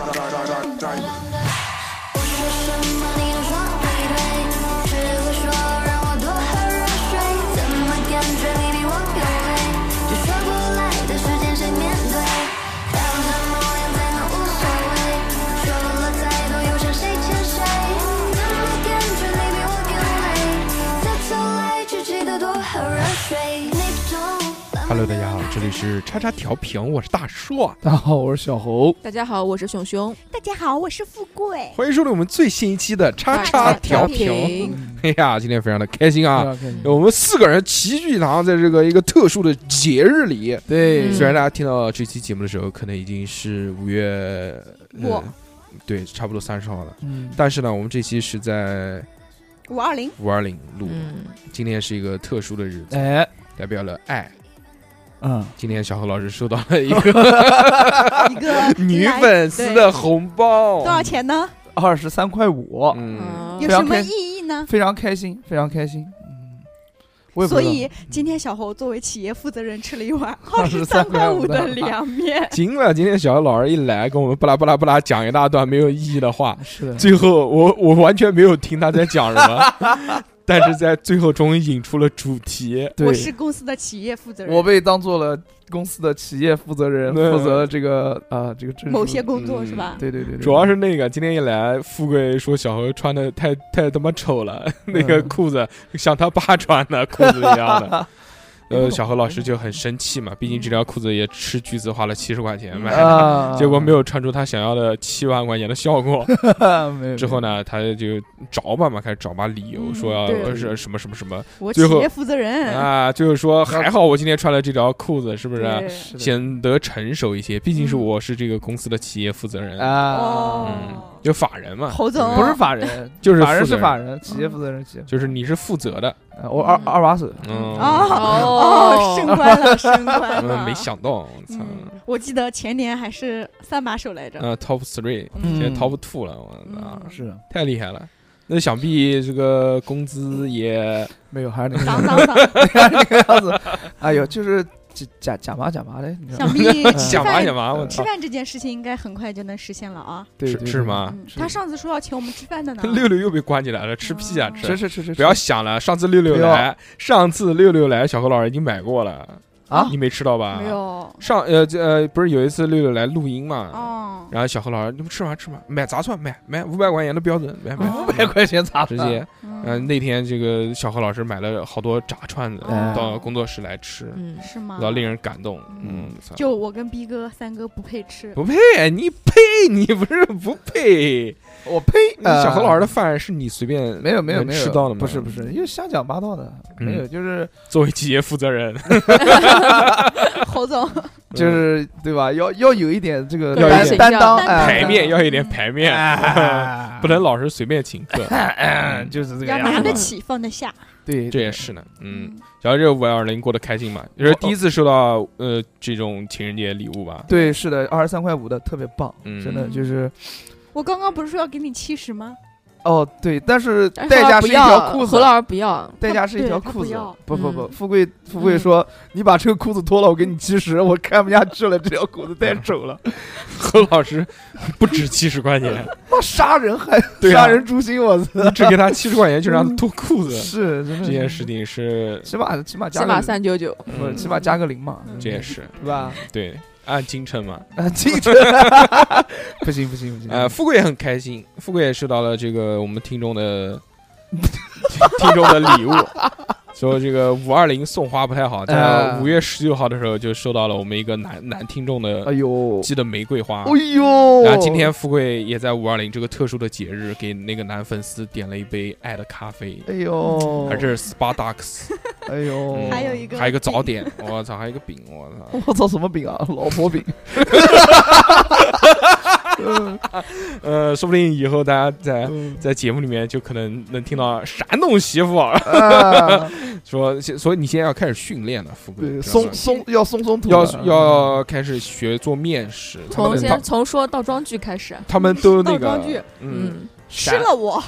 Oh, 张一。我说什么你都说对对，只会说让我多喝热水，怎么感觉你比我有味？就学不来的事情谁面对？到什么样才能无所谓？说了再多又像谁欠谁？怎么感觉你比我更累？再走来只记得多喝热水。那种 Hello，大家好，这里是叉叉调频，我 是大硕，大家好，我是小侯。大家好，我是熊 熊。大家好，我是富贵。欢迎收听我们最新一期的叉叉调 频。，哎呀，今天非常的开心啊！大家看你我们四个人齐聚一堂，在这个一个特殊的节日里，对嗯虽然大家听到这期节目的时候，可能已经是五月末呃，对，差不多三十号了。嗯，但是呢，我们这期是在五二零，五二零录的，嗯，今天是一个特殊的日子，哎，代表了爱。嗯，今天小何老师收到了一个一个女粉丝的红包多，少钱呢？二十三块五，嗯，，嗯非有常什么开意义呢？非常开心，非常开心。嗯，我也不所知道以今天小侯作为企业负责人吃了一碗二十23三块五块的五的凉面 惊了！今天小何老师一来，跟我们巴拉巴拉巴拉讲一大段没有意义的话，是的，最后我我完全没有听他在讲什么，但是在最后终于引出了主题。对我是公司的企业负责人，我被当做了公司的企业负责人，对负责了这个呃这个证书 某些工作嗯是吧？对对对，对主要是那个今天一来，富贵说小何穿的太太他妈丑嗯了，那个裤子像他爸穿的裤子一样 的。呃，小何老师就很生气嘛，毕竟这条裤子也吃橘子花了七十块钱买的，啊，结果没有穿出他想要的七万块钱的效果。有 没有之后？呢，他就找吧嘛，开始找吧理由，嗯说要对是什么什么什 么我企最后业负责人，啊，最后说还好我今天穿了这条裤子，是不是？对是的显得成熟一些，毕竟是嗯我是这个公司的企业负责人，啊，嗯哦，就法人嘛，侯总不是法人，嗯就是法人负责嗯是法人，企业负责人企业负责人，就是你是负责的，啊我二嗯二把手，嗯，哦哦，哦，升官了，升官了，嗯，没。想到，我操，嗯，我记得前年还是三把手来着。呃，top three，嗯现在 top two 了，我操，嗯是太厉害了。那想必这个工资也 没有，还是那个当当当，那个 样子，哎呦，就是假假假麻假麻的，你知道吗想必吃想嘛饭想嘛，我吃操，饭这件事情应该很快就能实现了啊！呃对是是？吗？嗯是他上次说要请我们吃饭的呢。 六六又被关起来了，吃屁啊哦对对对吃！是是是是，不要想了，上次六六不要来，上次六六来，小何老师已经买过了啊你没吃到吧？没。有，上呃这呃不是有一次六六来录音嘛， 哦，然后小何老师你们吃嘛吃嘛，买砸算买买五百块钱的标准买买哦五百块钱咋直接，嗯、嗯，那天这个小何老师买了好多炸串子、哎到工作室来吃，嗯，是吗？老令人感动。嗯嗯，操就我跟逼哥三哥不配吃，不配，啊你配，你不是不 配。我呸！小何老师的的饭是你随便呃没有没有能没有吃到的吗？不是不是，因为瞎讲八道的，没嗯有就是作为企业负责人，嗯 侯总，就是对吧？要要有一点这个要有担一点担当形象哎排面要有点排面， 哎不能老是随便请客。啊 哎就是这个要样拿子得嘛。起放得下。对，这对也是呢，嗯，，小何这五二零过得开心嘛？也是第一次收到呃这种情人节礼物吧？ 对是的，二十三块五的特别棒，嗯真的就是我刚刚不是说要给你七十吗？哦对，但是但代他价是不一要条裤子何。老师不要，代价是一条对他裤不子要，不不不，嗯富贵富贵嗯说：“你把这个裤子脱了，我给你七十，我看不下去了，这条裤子太丑了。”何老师不止七十块钱，妈杀人还、对啊杀人诛心，我操！你 只给他七十块钱就让他脱裤子，是真 这的是件事情是，起码起码加起个码零三九九，不是 嗯起码加个零嘛，这也是 对吧？对，按斤称嘛。啊，这个 不行不行不行，呃，富贵也很开心，富贵也收到了这个我们听众的听众的礼物。说这个五二零送花不太好，在呃五月十九号的时候就收到了我们一个男男听众的哎呦，寄的玫瑰花。哎呦，啊然后今天富贵也在五二零这个特殊的节日，给那个男粉丝点了一杯爱的咖啡，哎呦，还是 Spardax，哎呦嗯，还有一个还有一个早点，我操，还有一个饼，我操，我操什 么饼啊？老婆饼，哎嗯呃，说不定以后大家在嗯在节目里面就可能能听到山东媳妇儿啊， 说，现所以你现在要开始训练了，富贵，对，知道松吗松要松松土要的，要开始学做面食，他从们先他从说到装句开始，他们都那倒装个句，嗯，嗯，吃了我，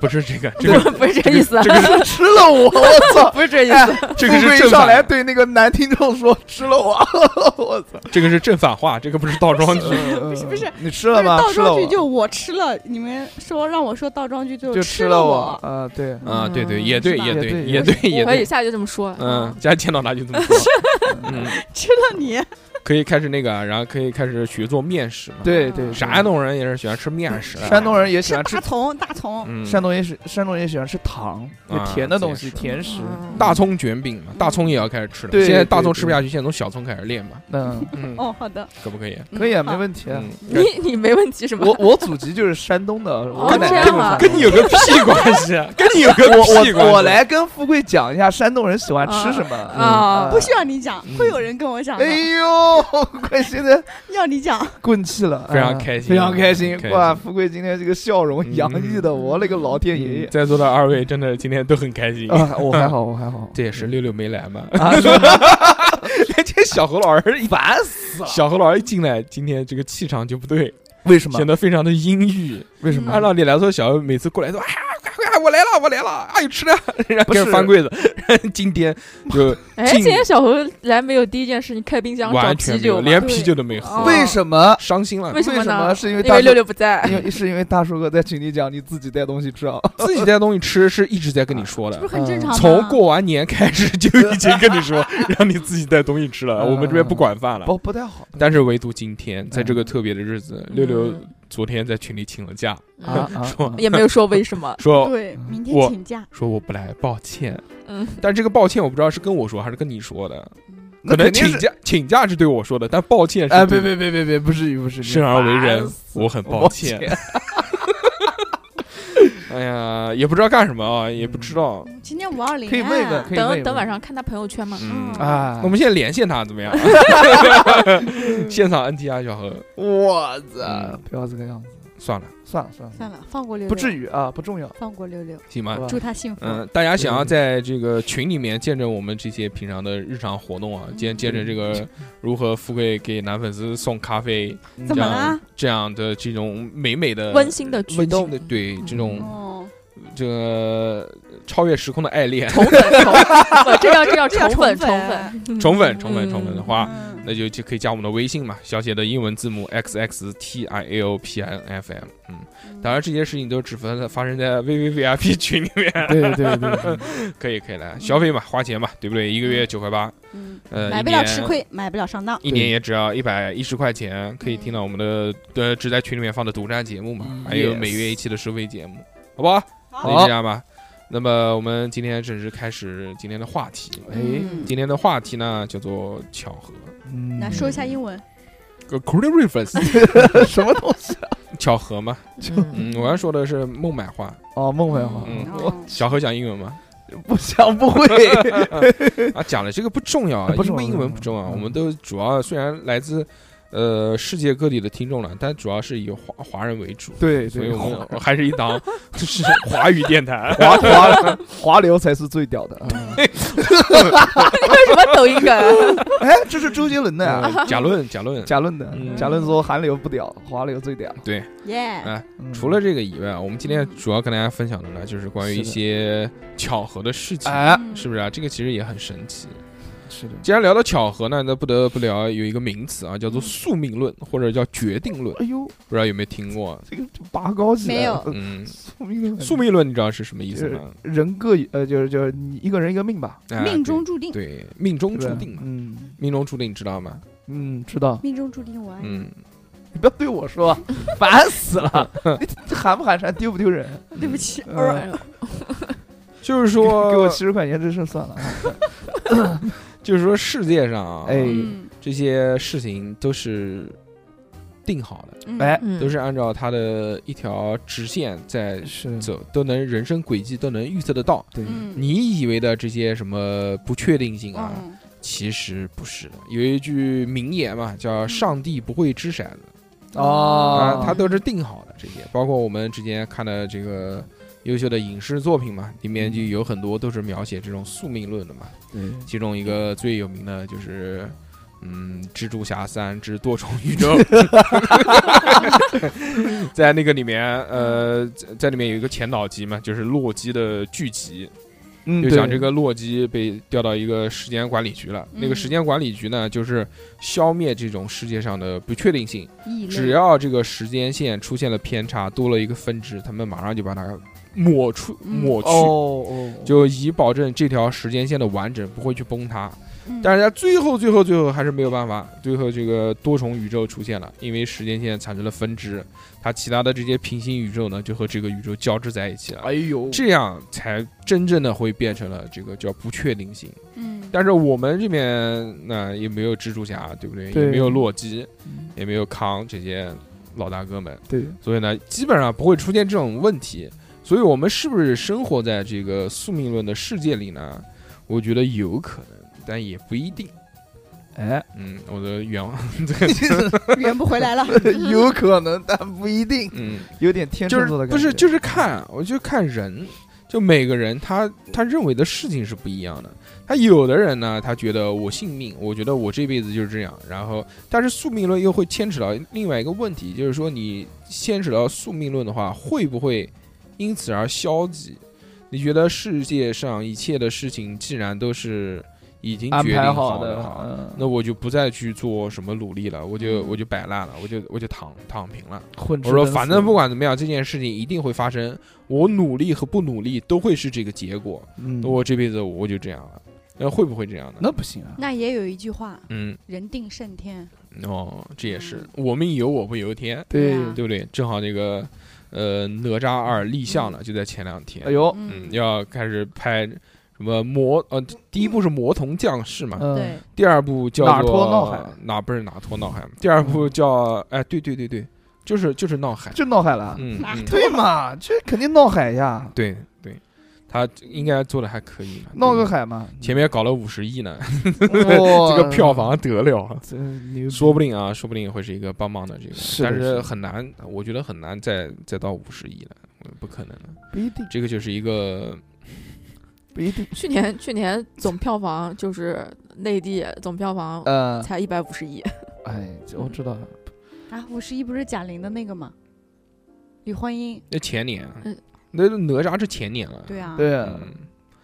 不是这个，这 个不是这意思啊，这个是吃了我，我操！不是这意哎思。 这个富是贵正一上来反，对那个男听众说吃了我， 我操！这个是正反话， 这个不是倒嗯 装句。不是不是你吃不了是吗？倒吃了装我句就我吃了，你们说让我说倒装句就就吃了我。啊，对，啊，对对，嗯也对，是吧也也对，对也对，也可以对。下去这么说。嗯，家见到他就这么说。嗯，吃了你，可以开始那个啊，然后可以开始学做面食嘛。，对对，山东人也是喜欢吃面食的。啊山东人也喜吃欢吃大，葱，大葱，嗯，山东也喜山东人也喜欢吃糖，就啊甜的东这西，也是甜食。嗯大葱卷饼嘛，大葱也要开始吃了。对现在大对葱吃不对下去，现在从小葱开始练嘛。嗯， 嗯，哦，好的，可不可以？可以啊，嗯没问题啊。嗯，你你没问题是吧？我我祖籍就是山东的，我哦奶这奶样就是啊山东跟你有个屁关系？啊跟你有个屁我关系？啊我我来跟富贵讲一下山东人喜欢吃什么。嗯啊，不需要你讲嗯，会有人跟我讲的哎，呦，快现在要你讲，嗯棍气了，非常啊开心非常开心开心哇！富贵今天这个笑容嗯洋溢的，我勒个老天爷嗯爷在座的二位真的今天都很开心。啊！我还好，我 还好，这也是六六没来嘛，嗯啊， 这小何老师一烦死了！小何老师一进来，今天这个气场就不对，为什么显？得非常的阴郁。为什么？按道理来说，小何每次过来都啊，快快，我来了，我来了，啊，有吃的，然后不开是始翻柜 子。今天就哎，进今天小何来没有第一件事情开冰箱找完全啤没有，酒吗，连啤酒都没哦喝，啊为什么？伤心了为。什么为什呢么？是因为因大为六叔，六不在， 因为是因为大叔哥在群里讲你自己带东西吃啊？自己带东西吃是一直在跟你说这不的是。很正常吗？从嗯过完年开始就已经跟你说，让你自己带东西吃了。我们这边不管嗯饭了，嗯不嗯不太好，但是唯独今天，在这个特别的日子，六六嗯昨天在群里请了假，嗯啊 嗯啊说，也没有说为什么说对，明天嗯我请假，说我不来，抱歉。嗯，但这个抱歉我不知道是跟我说还是跟你说的，可那能肯定请是假请假是对我说的，但抱歉是哎，对别别别别别，不至于不至于，生而为人，我很抱抱歉。哎呀，也不知道干什么啊，也不知道。今天五二零，啊可以问一问，可以问一哎等问等晚上看他朋友圈嘛。嗯嗯啊我，们现在连线他怎么 样？现场 NTR 小何，我操嗯，不要这个样子，算了，算了算了，算了，放过六六，不至于啊，不重要，放过六六，行好吗？吧祝他幸福。嗯，大家想要在这个群里面见证我们这些平常的日常活动啊，见见证这个如何富贵给男粉丝送咖啡，怎这么样啦？这样的这种美美的温馨的举呃温馨动的，对这种哦，这个超越时空的爱恋，宠粉 宠粉，不这叫这叫这叫宠粉宠宠粉 粉宠粉宠粉宠粉的话，话，嗯那就就可以加我们的微信嘛，小写的英文字母 x x t i a o p i n f m。嗯，当然这些事情都只发生在发生在 v v v i p 群里面，对对对， 可以可以来消费嘛，花钱嘛，对不对？一个月九块八，嗯，呃，买一不了年吃亏，买不了上当。一年也只要一百一十块钱，可以听嗯到我们的呃只在群里面放的独占节目嘛嗯，还有 Yes 每月一期的收费节目，好不好？好那就这样吧。那么我们今天正式开始今天的话题。哎，嗯今天的话题呢叫做巧合嗯来说一下英文，呃 c o i r e f e r e n c e 什么东西？ 啊巧合 嘛。嗯嗯，我要说的是孟买话。哦，孟非华，嗯哦 小何讲英文吗？不想 不会，啊，讲了这个不重要啊， 不英重要文英文不重要，嗯我们都主要虽然来自呃世界各地的听众了，但主要是以华华人为主。对所以对，我们华 我还是一档就是华语电台，华华流才是最屌的。嗯 为什么抖音梗？哎，这是周杰伦的呀，呃贾论贾 论。贾论的嗯，贾论说韩流不屌，华流最屌。对，耶，哎，嗯除了这个以外，我们今天主要跟大家分享的呢，就是关于一些巧合的事情，哎，嗯是不是啊？这个其实也很神奇。是的，既然聊到巧合呢，那不得不聊有一个名词啊，叫做宿命论或者叫决定论，哎呦，不知道有没有听过？这个拔高起来没有 了嗯，呃宿命论，宿命论你知道是什么意就思是吗？人各一呃，就是就是你一个人一个命吧，哎命中注定，对对命中对吧注定嘛，嗯命中注定你知道吗？嗯，知道。命中注定我爱你。嗯，你不要对我说， 烦死了！ 你寒不寒碜，丢不丢人？ 对不起，呃就是给说给我七十块钱这事算了啊。就是说世界上啊，哎嗯这些事情都是定好的，嗯哎，嗯都是按照它的一条直线在是，走，都能人生轨迹都能预测得到。对，嗯你以为的这些什么不确定性啊，嗯其实不是的。有一句名言嘛，叫“上帝不会掷骰子”，啊哦，，它都是定好的这些，包括我们之前看的这个。优秀的影视作品嘛，里面就有很多都是描写这种宿命论的嘛。对其中一个最有名的就是嗯，《蜘蛛侠三之多重宇 宙》，在那个里面，呃，嗯在在里面有一个前导集嘛，就是洛基的剧集，嗯，就对讲这个洛基被调到一个时间管理局了。那个嗯时间管理局呢，就是消灭这种世界上的不确定性，异类嗯只要这个时间线出现了偏差，多了一个分支，他们马上就把它抹出嗯抹去。哦哦，就以保证这条时间线的完整，不会去崩塌。嗯但是在最后、最后、最后还是没有办法，最后这个多重宇宙出现了，因为时间线产生了分支，它其他的这些平行宇宙呢，就和这个宇宙交织在一起了。哎呦，这样才真正的会变成了这个叫不确定性。嗯，但是我们这边那也没有蜘蛛侠，对不对？对也没有洛基，嗯也没有康这些老大哥们，对， 所以呢，基本上不会出现这种问题。所以我们是不是生活在这个宿命论的世界里呢？我觉得有可能，但也不一定。哎， 嗯，我的愿望，圆不回 来了。有可能，但不一 定，嗯，有点天就是秤座的感觉，不是就是看，我就看人，就每个人他他认为的事情是不一样的。他有的人呢，他觉得我信命，我觉得我这辈子就是这样。然后，但是宿命论又会牵扯到另外一个问题，就是说你牵扯到宿命论的话，会不会因此而消极？你觉得世界上一切的事情既然都是已经安决排定好的话，嗯，那我就不再去做什么努力了，我就我就摆烂了，我就我就躺躺平了。混吃我说，等反死正不，管怎么样，这件事情一定会发生。我努力和不努力都会是这个结果。嗯，我这辈子我就这样了，那会不会这样呢？那不行啊，那也有一句话，嗯，人定胜天。哦，这也是嗯我命由我不由天，对，啊对不对？正好那个呃，哪吒二立项了，就在前两天。哎，呦，嗯，嗯，要开始拍什么魔呃，第一部是魔童降世嘛，嗯，对，第二部叫哪做脱闹海嗯哪不是哪脱闹海，第二部叫哎，对对对对，就是就是闹海。就闹海了，嗯，嗯对嘛，这肯定闹海呀，对对，他应该做的还可以嘛，闹对个吧海嘛，嗯前面搞了五十亿呢，哇这个票房得了， 啊这牛逼，说不定啊，说不定会是一个棒棒的这个，是的但是是的很难，我觉得很难再再到五十亿了，不可能了，不一定，这个就是一个不一定，去年去年总票房就是内地总票房呃，才一百五十亿，哎，我知道了，嗯啊，五十一不是贾玲的那个吗？李焕英，那前年啊嗯，那哪吒是前年了，对，啊，，对，嗯，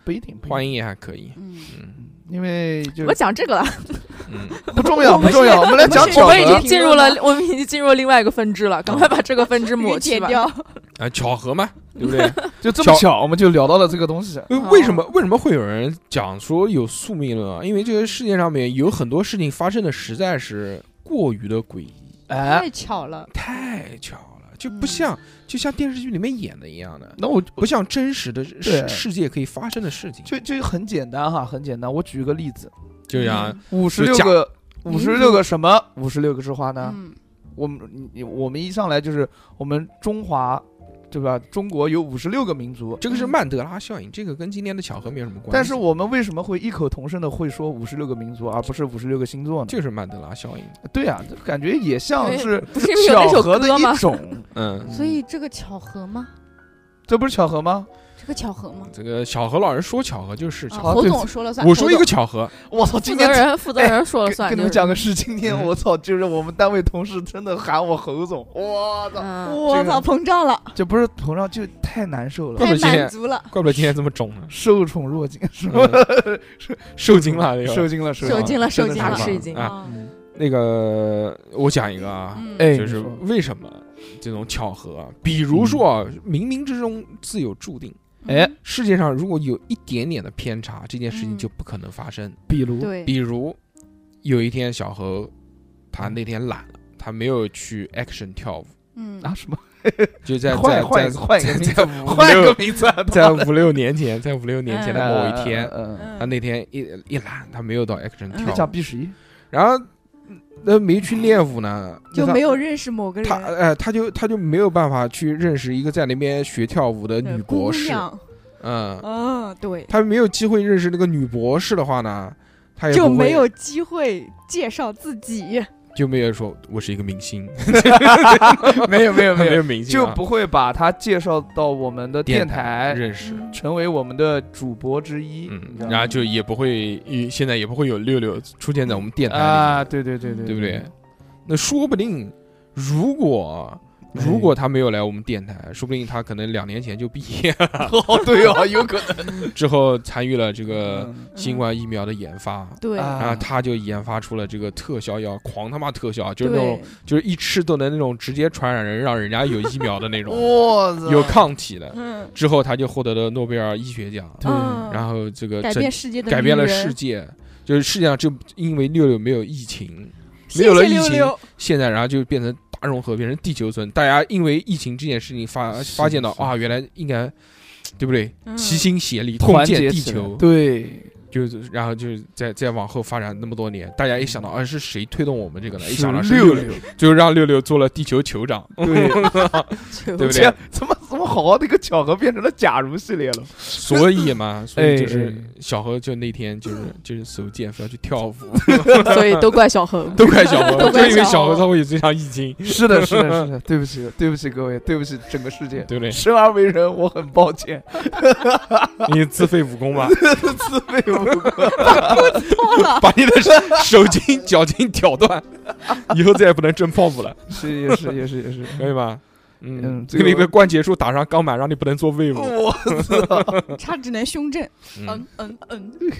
不一定，不一定幻影也还可以，嗯，嗯因为就我讲这个了，嗯，不重要，不重要，我们来讲是 我巧们已合经。进入了，我们已经进入了另外一个分支了，赶嗯快把这个分支抹去 剪吧。掉。啊，巧合嘛，对不 对？就这么巧巧，我们就聊到了这个东西。哦为为什么为什么会有人讲说有宿命论啊？因为这个世界上面有很多事情发生的实在是过于的诡异。哎，太巧了，太巧了，就不嗯像、就像电视剧里面演的一样的，那我就不像真实的世对世界可以发生的事情。就就很简单哈，很简单。我举个例子，就像五十六假个，嗯五十六个什么？五十六个是花啊呢？嗯，我们你我们一上来就是我们中华，对吧？中国有五十六个民族，这个是曼德拉效应，这个跟今天的巧合没有什么关系。但是我们为什么会异口同声的会说五十六个民族，而不是五十六个星座呢？就是曼德拉效应。对啊，这感觉也像是不是因为有那巧首合的歌吗一？种。 嗯，所以这个巧合吗？这不是巧合吗？这个巧合吗？这个小何老师说巧合就是巧啊合。好侯对总说了算。我说一侯个巧合，我操，负今责天人负责人说了算，跟你就们是讲个事，今天嗯我操，就是我们单位同事真的喊我侯总，我操，总，嗯，我操，膨胀了，这不是膨胀，就太难受了。不，太是今天满足了，怪不得今天这么肿 呢受宠若惊，是吧？嗯受惊了，这受个惊了，受惊惊了真的受是惊了大吃一惊啊！啊嗯那个，我讲一个啊，嗯哎，就是你说为什么这种巧合啊，比如说啊，冥冥之中自有注定。嗯哎，世界上如果有一点点的偏差，这件事情就不可能发生。比如嗯对，比如，有一天小何，他那天懒了，他没有去 action 跳舞，嗯，啊什么，就 在换在换一在个换一个名字在五换一个六名 字啊， 在五六年前，在五六年前的呃某一天，呃他啊那天一一懒，他没有到 action 嗯在讲跳舞， B 十一，然后嗯那没去练舞呢，就那他没有认识某个人，他呃，他就他就没有办法去认识一个在那边学跳舞的对女呃姑博士，娘嗯，嗯，对，他没有机会认识那个女博士的话呢，他也就不会没有机会介绍自己，就没有说我是一个明星， 没有没有没 没有，有明星就啊、不会把他介绍到我们的电台，认识，嗯成为我们的主播之一。嗯你知道，吗然后就也不会，现在也不会有六六出现在我们电台里面，啊，对对对对，对不对？那说不定，如果如果他没有来我们电台，嗯说不定他可能两年前就毕业了，哦，对 哦，有可之后参与了这个能嗯新冠疫苗的研发。对嗯啊然后他就研发出了这个特效药，狂他妈特效，就是那种对，就是一吃都能那种直接传染人，让人家有疫苗的那种，哇塞，有抗体的。嗯之后他就获得了诺贝尔医学奖，对嗯然后这个改整变世界的改变女了人世界，就是世界上就因为六六没有疫情，谢没有了谢疫六情六，现在然后就变成大融合，变成地球村。大家因为疫情这件事情发是发现到是啊，原来应该对不对？嗯齐心协力共团建结地起来球，对，就是然后就是再再往后发展那么多年，大家一想到啊是谁推动我们这个的，一是想到是六六，，就让六六做了地球酋长，对， 嗯对不对这？ 怎么怎么好好的一个巧合变成了假如系列了？所以嘛，所以就哎是哎小何就那天就是就是手贱，非要去跳舞， 所以都怪小何。都怪小何，都就怪因为小小何何他会有这场疫情，是的，是的，是的，对不起，对不起各位，对不起整个 世界。 对不对？生而为人，我很抱 歉，你自废武功吧，自愧不过。把你的手手筋脚筋挑断， 以后再也不能蒸泡芙了，是也是也是也是，可以吧？嗯这给个你的关节处打上钢板，让你不能做胃部。我操，他只能胸针，嗯嗯嗯嗯，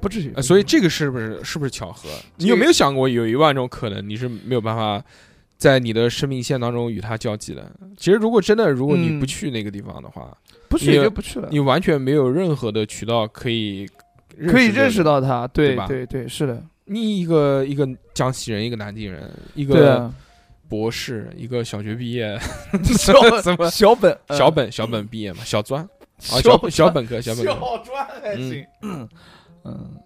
不至于呃。所以这个是不是是不是巧合？你有没有想过有一万种可能，你是没有办法在你的生命线当中与它交集的？其实，如果真的如果你嗯不去那个地方的话，不去你也就不去了，你完全没有任何的渠道可以可以认识到到他，对对吧对对，是的，你一个一个江西人，一个南京人，一对个 啊。博士，一个小学毕业，小怎么小本呃小本小本毕业嘛，小专啊，小本小本科，小本科专还行，嗯，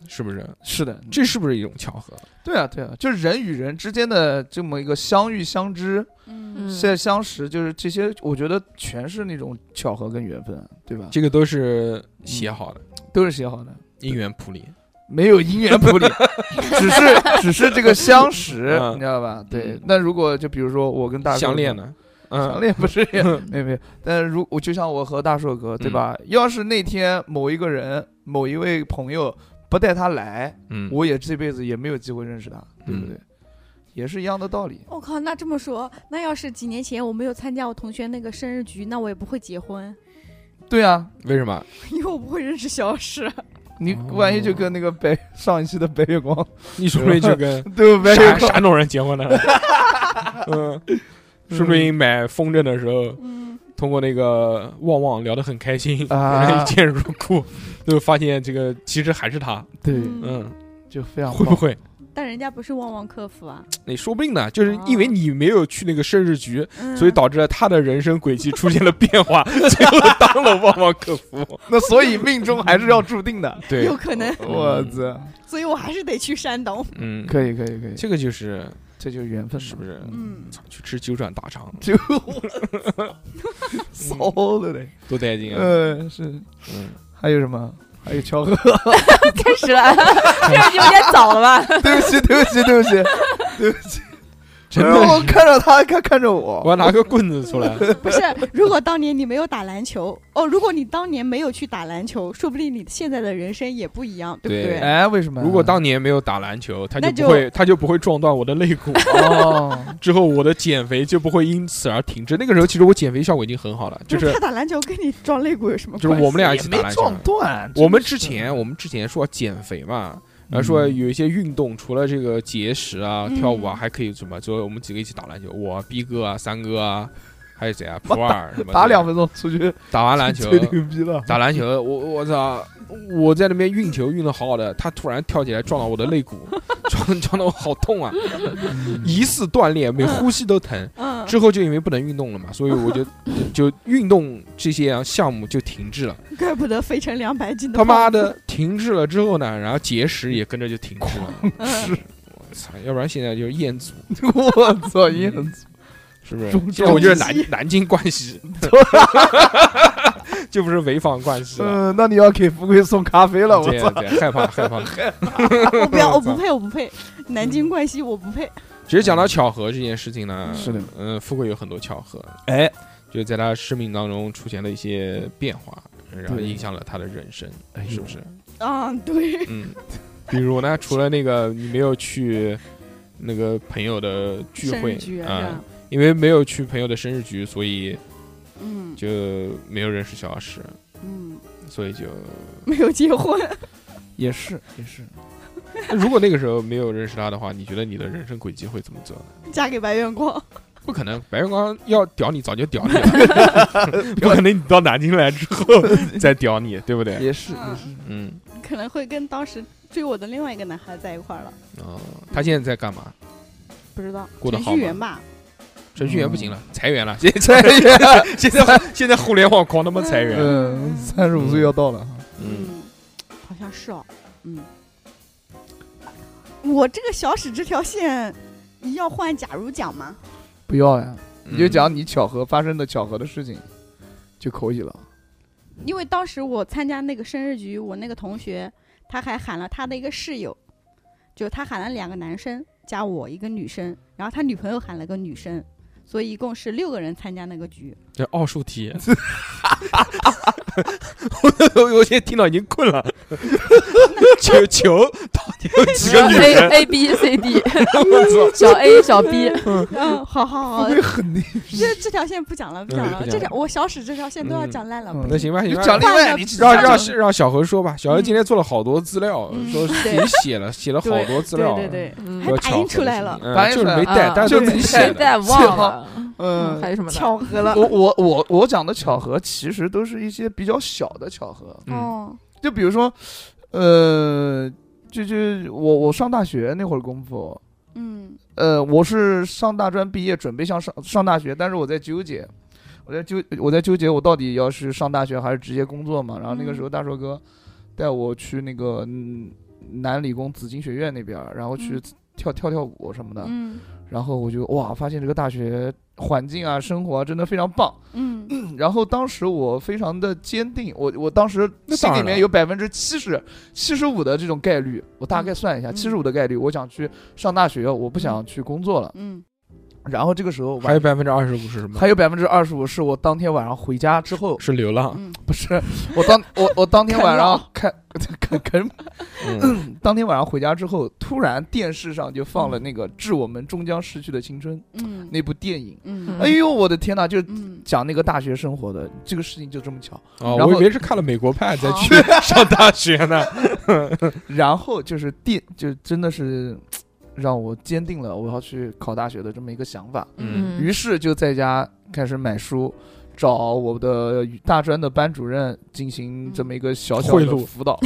是不是？是的，这是不是一种巧合？对啊对啊，就是人与人之间的这么一个相遇相知，嗯现在相识就是这些，我觉得全是那种巧合跟缘分，对吧？这个都是写好的，都是写好的，因缘谱里。没有因缘谱里，只是只是这个相识，嗯你知道吧？对嗯。那如果就比如说我跟大硕相恋哥，呢？相嗯，恋不是也 没有没有，但是如我就像我和大硕嗯哥，对吧？要是那天某一个人、某一位朋友不带他来，嗯，我也这辈子也没有机会认识他，对嗯不对？也是一样的道理。我靠，那这么说，那要是几年前我没有参加我同学那个生日局，那我也不会结婚，对啊，为什么？因为我不会认识小史。你哦万一就跟那个白上一期的白月光， 你说不定就跟对白月山 光山东人结婚了。嗯，说不定买风筝的时候，嗯，通过那个旺旺聊得很开心，啊一见如故，就发现这个其实还是他。对，嗯，就非常会不棒会？但人家不是旺旺客服啊，你说不定呢，就是因为你没有去那个生日局，哦嗯所以导致了他的人生轨迹出现了变 化，最后当了旺旺客服。 那所以命中还是要注定的。对嗯有，可能，我操，所以我还是得去山东。嗯，可以可以可以，这个就是这就是缘分，是不是嗯，去吃九转大肠嗯就骚的嘞。多带劲啊！呃，是 嗯，还有什么？还有乔贺， 开始了，这有点早了吧？ 对不起对不起对 不起对不起，真哎呦的我是，看着他，看看着我我，要拿个棍子出 来。不是，如果当年你没有打篮球，哦，如果你当年没有去打篮球，说不定你现在的人生也不一样，对不对对？哎，为什么啊？如果当年没有打篮球，他那就就不会，他就不会撞断我的肋骨，哦，之后我的减肥就不会因此而停滞。那个时候其实我减肥效果已经很好了，就不是他打篮球跟你撞肋骨有什么关系？就是我们俩一也起打没篮球撞。断。我们之前我们之前说减肥嘛，嗯然后说有一些运动，除了这个节食啊、嗯跳舞啊，还可以什么？就我们几个一起打篮球，我逼哥啊、三哥啊，还有谁啊？普洱什么的打两分钟出去 打完篮球吹，牛逼了，打篮球，我我操！我在那边运球运的好好的，他突然跳起来撞到我的肋 骨，撞撞得我好痛啊！嗯疑似断裂，每呼吸都疼。嗯，之后就因为不能运动了嘛，所以我 就就就运动这些项目就停滞了。怪不得肥成两百斤的他胖子。妈的停滞了之后呢，然后节食也跟着就停 滞了。嗯，我操，要不然现在就是彦祖， 我操，也很是不是中？现在我就是中南南京冠 希， 就不是潍坊冠希了。嗯，那你要给富贵送咖啡了，我这操样，这样害怕害怕，哦我不要，我不配，我不配。南京冠希我不配。其实讲到巧合这件事情呢，是的，嗯，富贵有很多巧合，哎，就在他生命当中出现了一些变化，然后影响了他的人生，哎是不是？啊，对，嗯，比如呢，除了那个你没有去那个朋友的聚生会日局啊啊，，因为没有去朋友的生日局，所以嗯就没有认识小老师，嗯，所以就没有结婚，也是也是，如果那个时候没有认识他的话，你觉得你的人生轨迹会怎么走呢？ 嫁给白月光，不可能，白月光要屌你早就屌你 了，不可能你到南京来之后再屌你，对不对？也是也嗯是，嗯，可能会跟当时追我的另外一个男孩在一块儿了，哦，他现在在干嘛？不知道过得程好序吗员吧？程序员不行了，裁员嗯 了，现在现在现在互联网狂他妈裁员。嗯，三十五岁要到了哈，嗯，嗯，好像是哦，嗯，我这个小史这条线要换假如讲吗？不要呀，你就嗯讲你巧合发生的巧合的事情就可以了。因为当时我参加那个生日局，我那个同学他还喊了他的一个室友，就他喊了两个男生加我一个女生，然后他女朋友喊了个女生，所以一共是六个人参加那个局。这奥数题， 我我现在听到已经困了。 球球到底有 几个女人？ A A B C D，我操！小 A 小 B，嗯，好好好，狠的，这这条线不讲了，不讲了，嗯不讲这条我小史这条线都要讲烂了。嗯不那行吧，你行吧，讲另换外，个你只让讲让让小何说吧，小何今天做了好多资料，嗯说自己写了写了好多资料，对对对，比还较嗯，打巧合的事情，印出来了嗯打印就是出来没带啊，但是就自己没写谁的。在 忘了？嗯还，有什么呢？巧合了。我我我我讲的巧合其实都是一些比较小的巧合，嗯哦，就比如说，呃，就就我我上大学那会儿功夫，嗯呃，我是上大专毕业，准备上上上大学，但是我在纠结，我在纠我在纠结我到底要是上大学还是直接工作嘛。然后那个时候大硕哥带我去那个嗯南理工紫金学院那边儿，然后去嗯跳跳跳舞什么的。嗯然后我就哇，发现这个大学环境啊、生活啊真的非常棒。嗯，然后当时我非常的坚定，我我当时那心当里然面了有百分之七十、七十五的这种概率，我大概算一下，嗯七十五的概率，我想去上大学，我不想去工作了。嗯然后这个时候还晚有百分之二十五是什么？还有百分之二十五是我当天晚上回家之后，是流啊浪。嗯不是我当我我当天晚上看啃啃，嗯当天晚上回家之后，突然电视上就放了那个《致我们终将逝去的青春》嗯那部电影。嗯哎呦，我的天哪！就嗯，讲那个大学生活的这个事情就这么巧。哦，然后我以为是看了美国派再去 上大学呢。然后就是电，就真的是让我坚定了我要去考大学的这么一个想法。嗯于是就在家开始买书，找我的大专的班主任进行这么一个小小贿的赂辅导，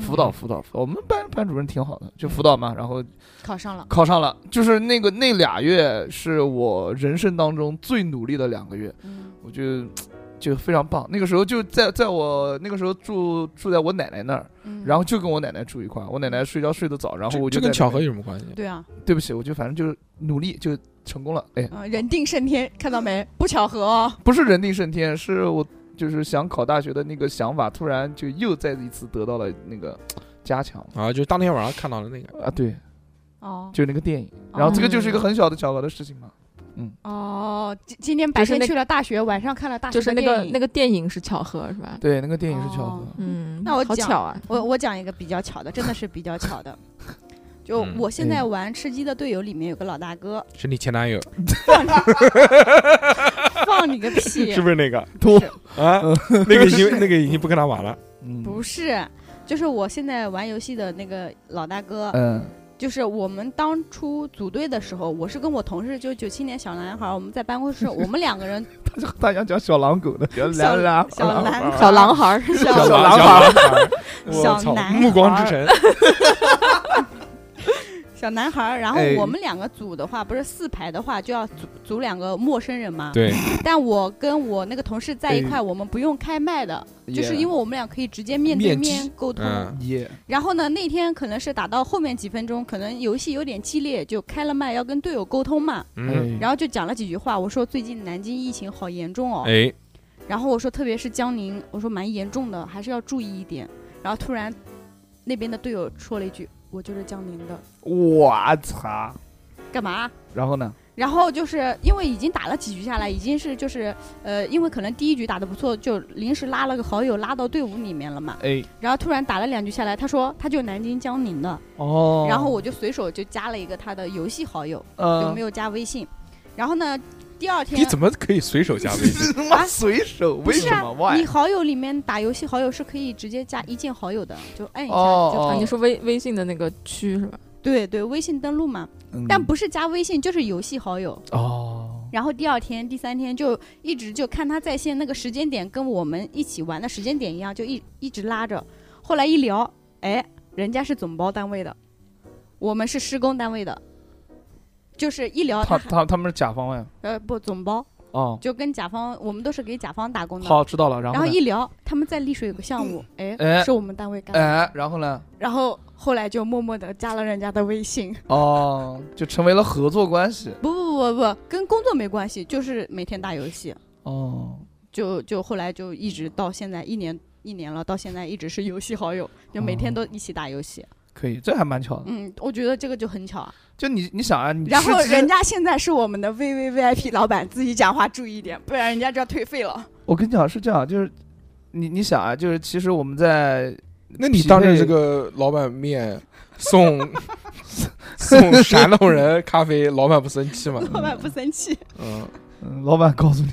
辅导辅导。我们班班主任挺好的，就辅导嘛，然后考上了。考上了。就是那个那俩月是我人生当中最努力的两个月，嗯我觉得就非常棒。那个时候就在在我那个时候住住在我奶奶那儿。嗯，然后就跟我奶奶住一块儿，我奶奶睡觉睡得早，然后我这这就跟在巧那合边有什么关系？对啊，对不起，我就反正就是努力就成功了。哎，嗯，人定胜天，看到嗯没？不巧合哦。不是人定胜天，是我就是想考大学的那个想法，突然就又再一次得到了那个加强啊，就是当天晚上看到的那个。啊，对，哦就那个电影。然后这个就是一个很小的巧合的事情嘛。哦，今今天白就是天那去了大学，晚上看了大学就是的那电个影那个电影是巧合是吧？对，那个电影是巧合哦。嗯，那我好讲巧啊！我我讲一个比较巧的，真的是比较 巧的。就嗯我现在玩吃鸡的队友里面有个老大哥，是你前男友，哎放你个 屁 是！不是那个多 啊？那个已经那个已经不跟他玩了。嗯不是，就是我现在玩游戏的那个老大哥，哎嗯就是我们当初组队的时候，我是跟我同事，就九七年小男孩，我们在办公室，我们两 个人他 他想 讲小狼狗的，小狼小男小狼孩儿，小小狼狼 小我操男孩暮光 之城。小男孩儿，然后哎我们两个组的话，不是四排的话就要组组两个陌生人嘛。对，哎但我跟我那个同事在一块，我们不用开麦的，就是因为我们俩可以直接面对面基面沟通。嗯，耶，然后呢，那天可能是打到后面几分钟，可能游戏有点激烈，就开了麦要跟队友沟通嘛，嗯，然后就讲了几句话。我说最近南京疫情好严重哦，哎，然后我说特别是江宁，我说蛮严重的，还是要注意一点。然后突然那边的队友说了一句：“我就是江宁的，我操！干嘛？然后呢？然后就是因为已经打了几局下来，已经是就是呃，因为可能第一局打得不错，就临时拉了个好友拉到队伍里面了嘛。哎，然后突然打了两局下来，他说他就南京江宁的，哦然后我就随手就加了一个他的游戏好友，就呃 没，有加微信。然后呢，第二天你怎么可以随手加微信？他妈随手，为啊是什啊么你？Why？好友里面打游戏好友是可以直接加一键好友的，就按一下哦就哦可啊，以。你说微微信的那个区是吧？对对，微信登录嘛，嗯但不是加微信，就是游戏好友。哦，然后第二天、第三天就一直就看他在线那个时间点跟我们一起玩的时间点一样，就一一直拉着。后来一聊，哎，人家是总包单位的，我们是施工单位的，就是一聊他他他他们是甲方哎，呃不总包，哦，就跟甲方我们都是给甲方打工的。好，知道了。然嗯然后后呢一聊，他们在丽水有个项目，哎，哎是我们单位干的。哎，然后呢？然后后来就默默的加了人家的微信， 哦，就成为了合作关系。不不不不，跟工作没关系，就是每天打游戏，哦，就就后来就嗯一直到现在一年一年了，到现在一直是游戏好友，就每哦天都一起打游戏。可以，这还蛮巧的。嗯，我觉得这个就很巧啊。就你你想啊，你然后吃鸡人，家现在是我们的 V V V I P 老板，自己讲话注意一点，不然人家就要退费了。我跟你讲是这样，就是你你想啊，就是其实我们在 那你匹当着配这个老板面送 送 山东人咖啡，老板不生气吗？老板不生气，嗯，嗯，老板告诉你，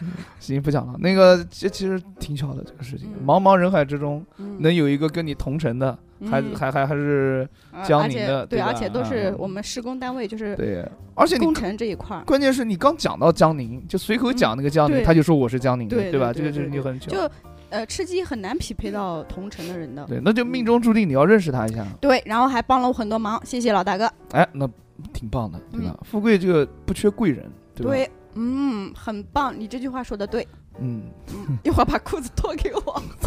行，不讲了。那个这其实挺巧的，这个事情，嗯茫茫人海之中嗯能有一个跟你同城的，还嗯还还还是啊江而宁且的对，对而吧且都是嗯我们施工单位，就是对，而且你工。程这一块儿。关键是你刚讲到江宁，就随口讲那个江宁，嗯对他就说我是江宁的，对吧？这个对对这个对就很巧，就呃，吃鸡很难匹配到同城的人的。嗯对，那就命中注定你要认识他一下，对，然后还帮了我很多忙，谢谢老大哥。哎，那挺棒的，对吧？富贵这个不缺贵人，对吧？嗯对，嗯，很棒，你这句话说的对。嗯，嗯，一会儿把裤子脱给我，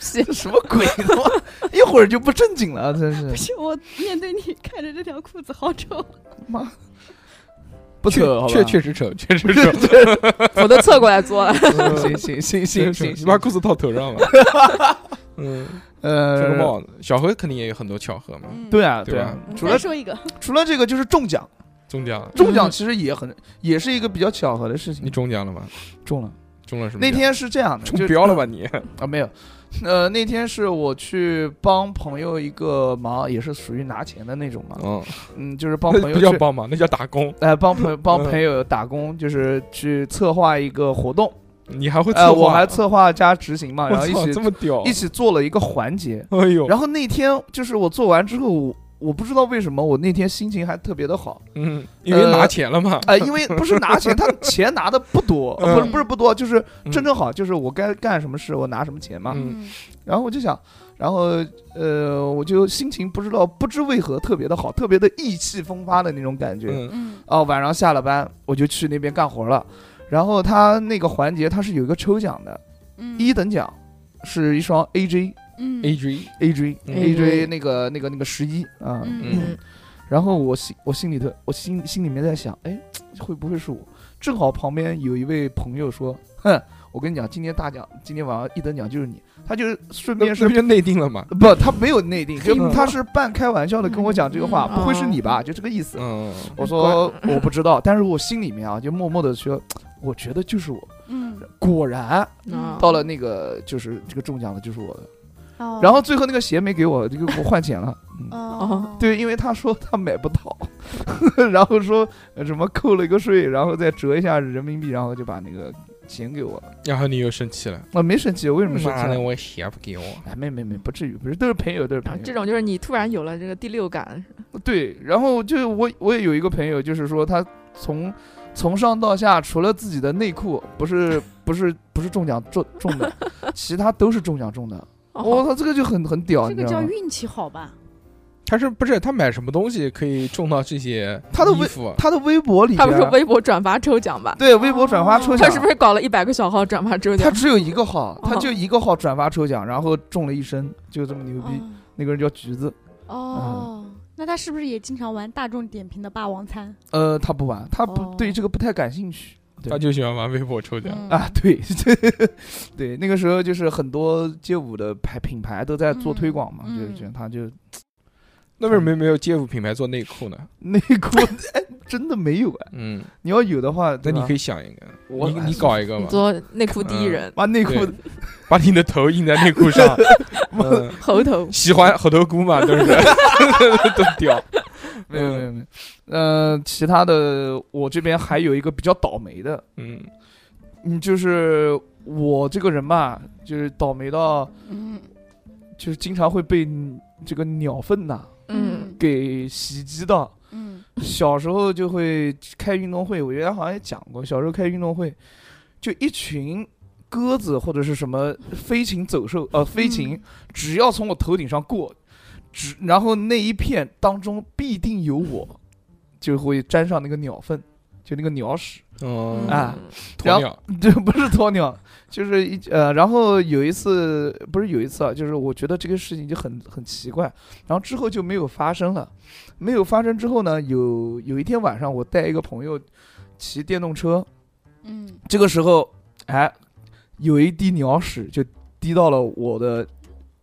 这 什么 鬼？他妈一会儿就不正经了，啊真是不行，我面对你看着这条裤子好丑。妈，不确扯，好吧？确确实丑，确实丑。我都侧过来做了，嗯 行行行行行你行，把裤子套头上 吧。嗯，呃，这个帽子，小何肯定也有很多巧合嘛。嗯，对啊，对对吧啊，嗯。除再了说一个，除了这个就是中奖，中奖了，中奖其实也很也是一个比较巧合的事情。嗯你中奖了吗？中了？中了什么那奖？天是这样的，中就标了吧你？啊没有，呃，那天是我去帮朋友一个忙，也是属于拿钱的那种嘛，嗯，嗯，就是帮朋那友 不叫去帮忙，那叫打工。哎，帮朋 友帮嗯朋友打工，就是去策划一个活动，你还会策划？呃，啊我还策划加执行嘛， 我然后一操起这么啊屌！一起做了一个环节。哎呦，然后那天就是我做完之后，我我不知道为什么我那天心情还特别 的好，嗯，因呃为拿钱了嘛。哎，因为不是拿钱，他钱拿的 不多，呃不是嗯不是不多，就是嗯正正好，就是我该干什么事我拿什么钱嘛。嗯，然后我就想，然后呃，我就心情不知道不知为何特别的好，特别的意气风发的那种感觉。嗯嗯哦，晚上下了班我就去那边干活了。然后他那个环节他是有一个抽奖的，嗯一等奖是一双 AJ 嗯，A G， AJ 嗯 AJ 那个那个那个十一啊，嗯然后我心我心里头我心心里面在想，哎，会不会是我？正好旁边有一位朋友说，哼，我跟你讲，今天大奖，今天晚上一等奖就是你。他就是顺那便是是不。是内定了嘛？不，他没有内定，黑就幕他是半开玩笑的跟我讲这个话，嗯不会是你吧？就这个意思。嗯，我说我不知道，但是我心里面啊，就默默的说，我觉得就是我。嗯，果然嗯到了那个就是这个中奖的就是我的，哦然后最后那个鞋没给我，就给我换钱了。哦，对，因为他说他买不到， 然后说呃什么扣了一个税，然后再折一下人民币，然后就把那个钱给我了。然后你又生气了，我、没生气，我为什么生妈气的，呢？我鞋不给我。哎，没没没，不至于，不是都是朋友，都是朋友。啊这种就是你突然有了这个第六感，对，然后就我我也有一个朋友，就是说他从从上到下，除了自己的内裤不是不是不是中奖中中的，其他都是中奖中的。我、哦操，这个就很很屌，这你个知叫道吗？运气好吧？他是不是他买什么东西可以中到这些他的衣微服？啊他的微博里他不是边微博转发抽奖吧？对微博转发抽哦啊奖，他是不是搞了一百个小号转发抽他奖？只有一个号，嗯哦他就一个号转发抽奖，然后中了一身，就这么牛逼。嗯那个人叫橘子，哦，那他是不是也经常玩大众点评的霸王餐？呃，他不玩，他不、哦嗯对这个不太感兴趣。对他就喜欢玩微博抽奖。啊，对， 对，那个时候就是很多街舞的牌品牌都在做推广嘛，嗯就是这样，他就那为什么没有 GF 品牌做内裤呢？内 裤哎，真的没有哎。嗯，你要有的话，那对你吧可以想一个，我你你搞一个你嘛，做内裤第一人，把内裤 对，把你的头印在内裤上，嗯猴头，喜欢猴头菇嘛， 都是都屌，没有没有没有。呃，其他的我这边还有一个比较倒霉的，嗯，嗯，就是我这个人吧，就是倒霉到嗯就是经常会被这个鸟粪呐嗯给袭击到。嗯小时候就会 开运动会，我原来好像也讲过，小时候开运动会，就一群鸽子或者是什么飞禽走兽，呃，飞禽、只要从我头顶上过，只然后那一片当中必定有我，就会沾上那个鸟粪，就那个鸟屎，哦嗯，啊鸵鸟， 这不是鸵鸟，就是一呃，然后有一次不是有一次啊，就是我觉得这个事情就很很奇怪，然后之后就没有发生了，没有发生之后呢，有有一天晚上我带一个朋友骑电动车，嗯这个时候哎，有一滴鸟屎就滴到了我的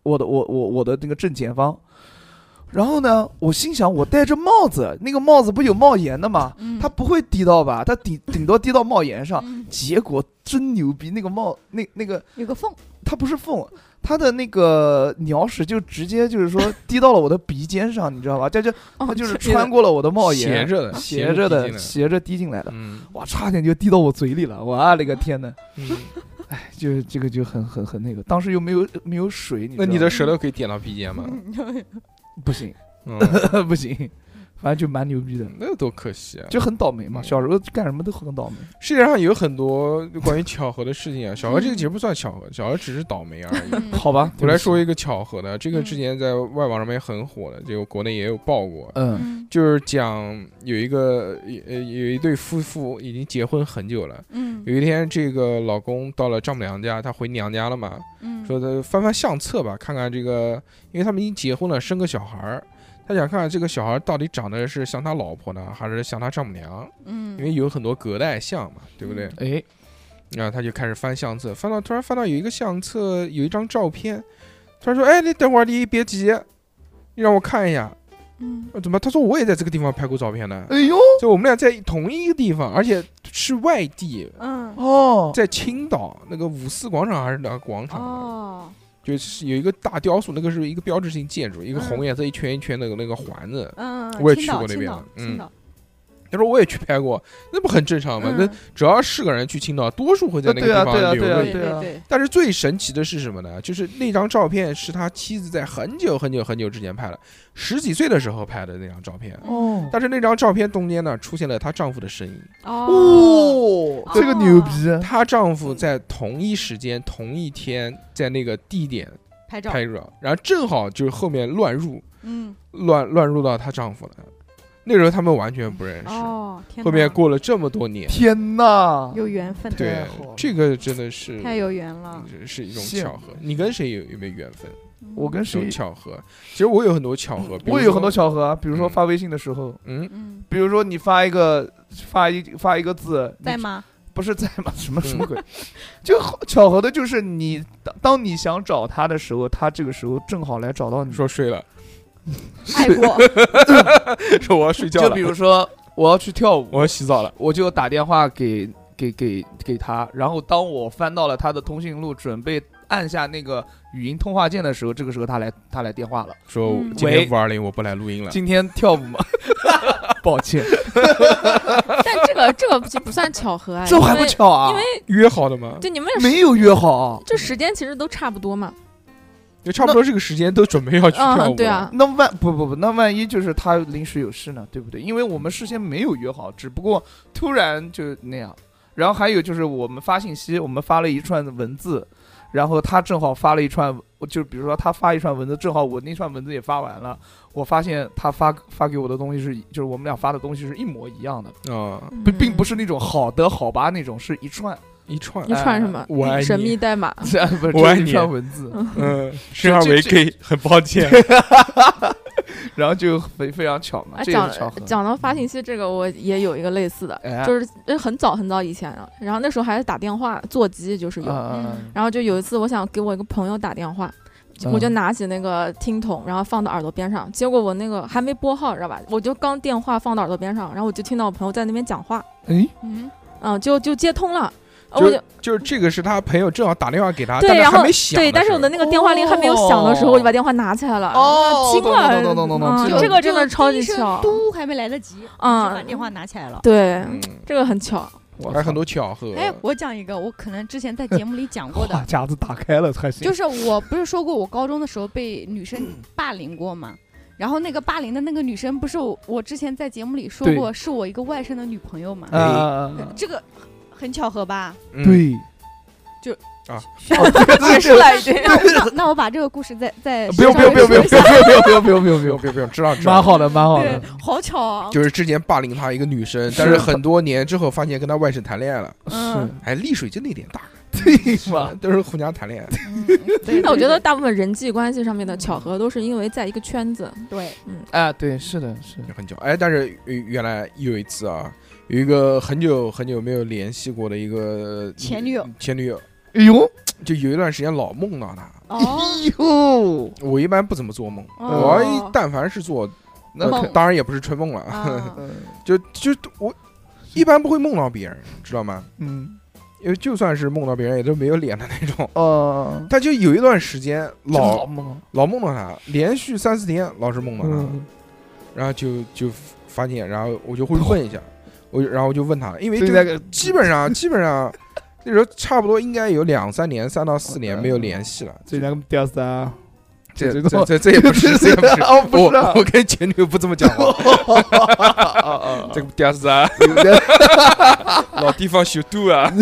我的我我我的那个正前方，然后呢，我心想我戴着帽子，那个帽子不有帽檐的吗？嗯，它不会滴到吧？它顶顶多滴到帽檐上。嗯结果真牛逼，那个帽那那个有个缝，它不是缝，它的那个鸟屎就直接就是说滴到了我的鼻尖上，你知道吧？这就哦它就是 这个穿过了我的帽斜檐，着的，啊斜着的斜着斜着滴进来的，嗯哇，差点就滴到我嘴里了，我啊嘞个天呐，嗯，就是这个就很很很那个，当时又没有没有水，你那你知的道吗舌头可以点到鼻尖吗？不行 嗯，不行，反正就蛮牛逼的。那多可惜啊！就很倒霉嘛，嗯小时候干什么都很倒霉。世界上有很多关于巧合的事情啊，巧合这个节不算巧合，巧合只是倒霉而已。好吧，我来说一，一个巧合的，这个嗯之前在外网上面很火的，这个国内也有报过，嗯嗯就是讲有一个呃有一对夫妇已经结婚很久了，嗯有一天这个老公到了丈母娘家，他回娘家了嘛，嗯，说他翻翻相册吧，看看这个，因为他们已经结婚了，生个小孩儿，他想看看这个小孩儿到底长得是像他老婆呢，还是像他丈母娘，嗯，因为有很多隔代像嘛，对不对？哎，然后他就开始翻相册，翻到突然翻到有一个相册有一张照片，突然说：“哎，你等会儿你别急，你让我看一下。嗯呃”怎么？他说我也在这个地方拍过照片呢，哎呦，就我们俩在同一个地方，而且是外地，嗯哦，在青岛那个五四广场还是哪个广场呢？哦，就是有一个大雕塑，那个是一个标志性建筑，一个嗯红颜色一圈一圈的那个环子。嗯，我也青去岛过那青边岛嗯青岛，他说我也去拍过，那不很正常吗？那嗯只要是个人去青岛，多数会在那个地方对啊对啊留对啊着对啊对，但是最神奇的是什么呢？就是那张照片是他妻子在很久很久很久之前拍的，十几岁的时候拍的那张照片。哦，但是那张照片中间呢，出现了她丈夫的身影。哦，哦，哦这个牛逼！她丈夫在同一时间、同一天在那个地点拍照，拍照，然后正好就是后面乱入，嗯，乱乱入到她丈夫了。那时候他们完全不认识。哦，天后面哪过了这么多年，天哪，有缘分，对好了这个真的是太有缘了，是一种羡慕巧合。你跟谁有有没有缘分？我跟这谁种？巧合。其实我有很多巧合，比如我也有很多说，巧合啊，比如说嗯发微信的时候，嗯，嗯比如说你发一个发一发一个字，在你吗？不是在吗？什么什么鬼？嗯 就好巧合的就是你当当你想找他的时候，他这个时候正好来找到你。说睡了，爱过， 说我要睡觉就了，比如说我要去跳舞，我要洗澡了，我就打电话给给给给他，然后当我翻到了他的通讯录，准备按下那个语音通话键的时候，这个时候他来他来电话了。说嗯今喂天五二零我不来录音了。今天跳舞吗？抱歉，但这个这个就不算巧合啊，这还因不为巧啊？因为约好的嘛，对你们也没有约好，啊这时间其实都差不多嘛，就差不多这个时间都准备要去跳舞嗯，了。对啊，那万不不不，那万一就是他临时有事呢，对不对？因为我们事先没有约好，只不过突然就那样。然后还有就是我们发信息，我们发了一串文字，然后他正好发了一串，就比如说他发一串文字，正好我那串文字也发完了，我发现他发发给我的东西是，就是我们俩发的东西是一模一样的，啊，并并不是那种好的好吧那种，是一串，一串 一，串什么哎我爱你神秘代码，这不是我爱这是你一串文字，嗯，生而为这 gay，很抱 歉。然后就非非常巧嘛，啊，这也讲是巧合。讲到发信息这个，我也有一个类似的，哎就是呃很早很早以前了，然后那时候还是打电话座机，就是有，嗯啊，然后就有一次我想给我一个朋友打电话，嗯我就拿起那个听筒，然后放到耳朵边上，结果我那个还没拨号，知道吧？我就刚电话放到耳朵边上，然后我就听到我朋友在那边讲话，哎，嗯，嗯，就就接通了，呃我就就是这个是他朋友正好打电话给他，对但是然后还没响的时候。对，但是我的那个电话铃还没有响的时候，我就把电话拿起来了。哦啊奇怪，懂懂懂懂懂懂嗯这个这个真的就超第级一声巧，嘟还没来得及，嗯就把电话拿起来了。对，嗯，这个很巧，我还有操很多巧合。嗯哎，我讲一个，我可能之前在节目里讲过话的，匣子打开了才行。就是我不是说过我高中的时候被女生霸凌过吗？然后那个霸凌的那个女生，不是我我之前在节目里说对过，是我一个外甥的女朋友嘛？啊啊，啊啊这个很巧合吧？哎嗯，对，解释了已经。那那那我把这个故事再再不用稍不微用不用不用不说一下用不用不用不用不用不不用用，不用不用，知 道知蛮道。好的蛮好的对，，好巧啊！就是之前霸凌他一个女生，但是很多年之后发现跟他外甥谈恋爱了。是嗯哎，丽水就那点大，对嘛？都是互相谈恋爱。嗯对那我觉得大部分人际关系上面的巧合都是因为在一个 圈子，对，啊，对，是的，是的也很久。哎，但是呃原来有一次啊，有一个很久很久没有联系过的一个前女友，前女友，哎呦，哎就有一段时间老梦到她。哦，哟，我一般不怎么做梦，哦我一但凡是做，那嗯呃梦当然也不是春梦了，啊就就我一般不会梦到别人，知道吗？嗯，因为就算是梦到别人，也都没有脸的那种。哦，但就有一段时间老猛，老梦到她，连续三四天老是梦到她。嗯，然后就就发现，然后我就会问一下，我就然后我就问他，因为所以就那个基本上基本上那时候差不多应该有两三年，三到四年没有联系了。这两个屌丝啊，这这这这这也不 是，这也不是。哦，不我是啊，哦我跟前女友不这么讲 话，啊这个屌丝啊，老地方修度啊，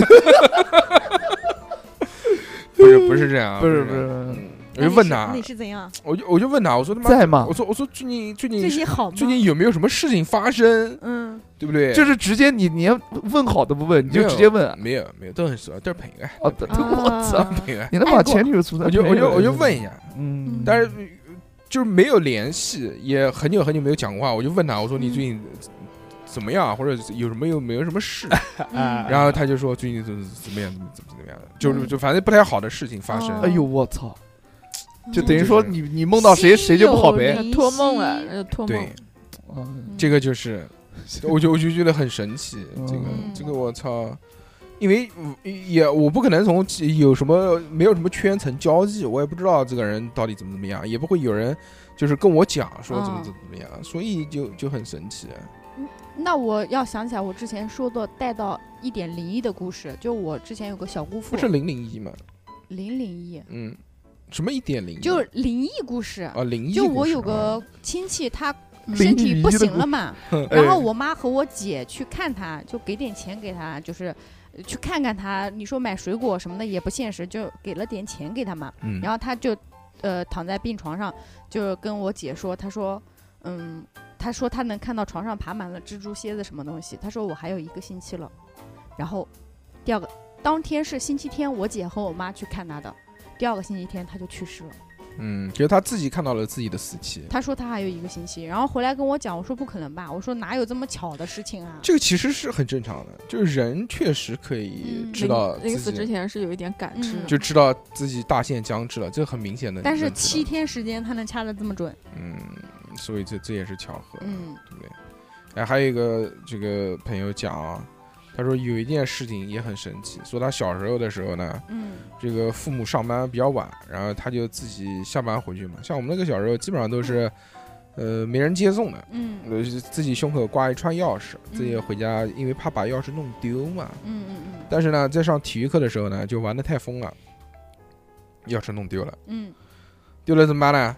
不是不是这样啊， 不是不不这样，是，我就问他那你，是怎样？我就我就问他，我说他妈，在吗我？说我说最近最最近近好吗？最近有没有什么事情发生， 嗯，对不对？就是直接你你要问好都不问，你没就有直接问啊，没有没有，都很熟，都是朋友，哎哦啊对我操，哦朋友。 哎你能把前女友出来？我就我就我就问一下，嗯，但是呃就是没有联系，也很久很久没有讲过话，我就问他，我说你最近怎么样啊，或者有什么有没有什么 事？嗯啊然后他就说最近怎么怎么样，怎么怎么怎么样，嗯就是就反正不太好的事情发哦生哎。呦我操，就嗯等于就说是你你梦到谁谁就不好呗，心有灵托梦了，呃托梦对，，嗯这个就是，我就我就觉得很神奇，这个嗯这个我操。因为呃也我不可能从其有什么没有什么圈层交际，我也不知道这个人到底怎么怎么样，也不会有人就是跟我讲说怎么嗯怎么怎么样，所以就就很神奇。啊那我要想起来，我之前说过带到一点灵异的故事，就我之前有个小姑父不，是零零一吗？零灵异，嗯，什么一点零？就是灵异故事。啊，零一。就我有哦个亲戚，他灵身异体不的行故了嘛，哎然后我妈和我姐去看他，就给点钱给他，就是呃去看看他。你说买水果什么的也不现实，就给了点钱给他嘛。嗯，然后他就呃躺在病床上，就跟我姐说，他说，嗯，他说他能看到床上爬满了蜘蛛、蝎子什么东西。他说我还有一个星期了。然后第二个当天是星期天，我姐和我妈去看他的。第二个星期天他就去世了。嗯，觉得他自己看到了自己的死期。他说他还有一个星期，然后回来跟我讲，我说不可能吧，我说哪有这么巧的事情啊？这个其实是很正常的，就是人确实可以嗯知道临死自之己，前是有一点感知嗯的，就知道自己大限将至了，这很明显的。但是能知道七，天时间他能掐得这么准，嗯，所以这这也是巧合，嗯，对不对？哎，还有一个这个朋友讲啊，他说有一件事情也很神奇，说他小时候的时候呢，嗯，这个父母上班比较晚，然后他就自己下班回去嘛。像我们那个小时候，基本上都是，呃，没人接送的，嗯嗯呃，自己胸口挂一串钥匙，嗯自己回家，因为怕把钥匙弄丢嘛。嗯但是呢，在上体育课的时候呢，就玩的太疯了，钥匙弄丢了，嗯嗯，丢了怎么办呢？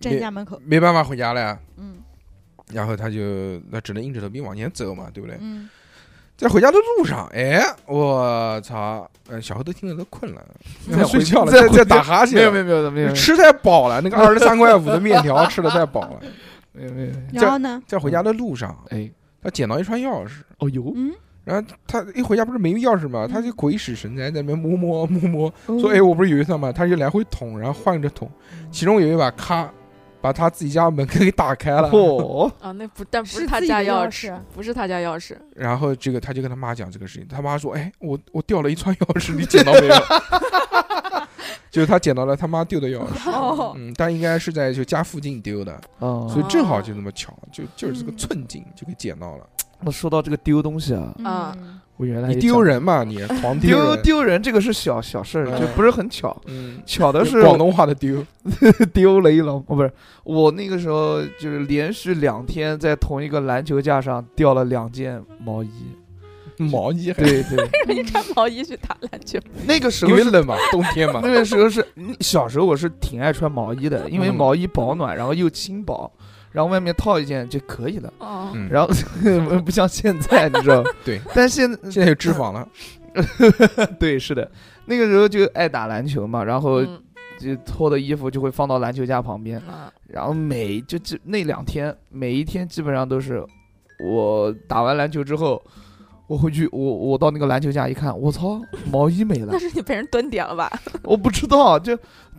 站家门口，没办法回家了呀，嗯然后他就那只能硬着头皮往前走嘛，对不对？嗯，在回家的路上，哎，我操，嗯，小何都听着都困了，再回睡觉了，再在回在打哈欠，没有没有没有没有没有吃太饱了，那个二十三块五的面条吃的太饱 了。没有没有，没有然后呢？在回家的路上，哎，他捡到一串钥匙，哦呦，嗯，然后他一回家不是没钥匙嗯嘛，他就鬼使神差在那边摸摸 摸摸，说：“哎，嗯，我不是有一串嘛？”他就来回捅，然后换着捅，其中有一把咔，把他自己家门给打开了。嚯，啊，那不但不是是他自己家的钥钥匙匙，不是他家钥匙，然后这个 他就跟他妈讲这个事情，他妈说：“哎，我我掉了一串钥匙，你捡到没有？”就是他捡到了他妈丢的钥 匙，哦，嗯，但应该是在就家附近丢的，啊所以正好就那么巧，就就是这个寸劲就给捡到了。那说到这个丢东西啊，嗯我原来你也丢想人嘛，你狂丢人，丢人这个是小小事儿，就不是很巧。嗯，巧的是广东话的丢， 丢了一笼，哦，不是，我那个时候就是连续两天在同一个篮球架上掉了两件 毛衣。毛衣还对对，你穿毛衣去打篮球，那个时因候为是冷嘛，冬天嘛 那，个时候是嗯小时候我是挺爱穿毛衣的，因为嗯毛衣保暖，然后又轻薄，然后外面套一件就可以了。哦， 嗯，然后 不像现在，你知道吗？ 对，但现在现在有脂肪 了，对是的，那个时候就爱打篮球嘛，然后嗯就脱的衣服就会放到篮球架旁边，嗯啊然后每就这那两天，每一天基本上都是我打完篮球之后，我回去我我到那个篮球架一看，我操，毛衣没了那，是你被人蹲 点了吧？？我不知道，就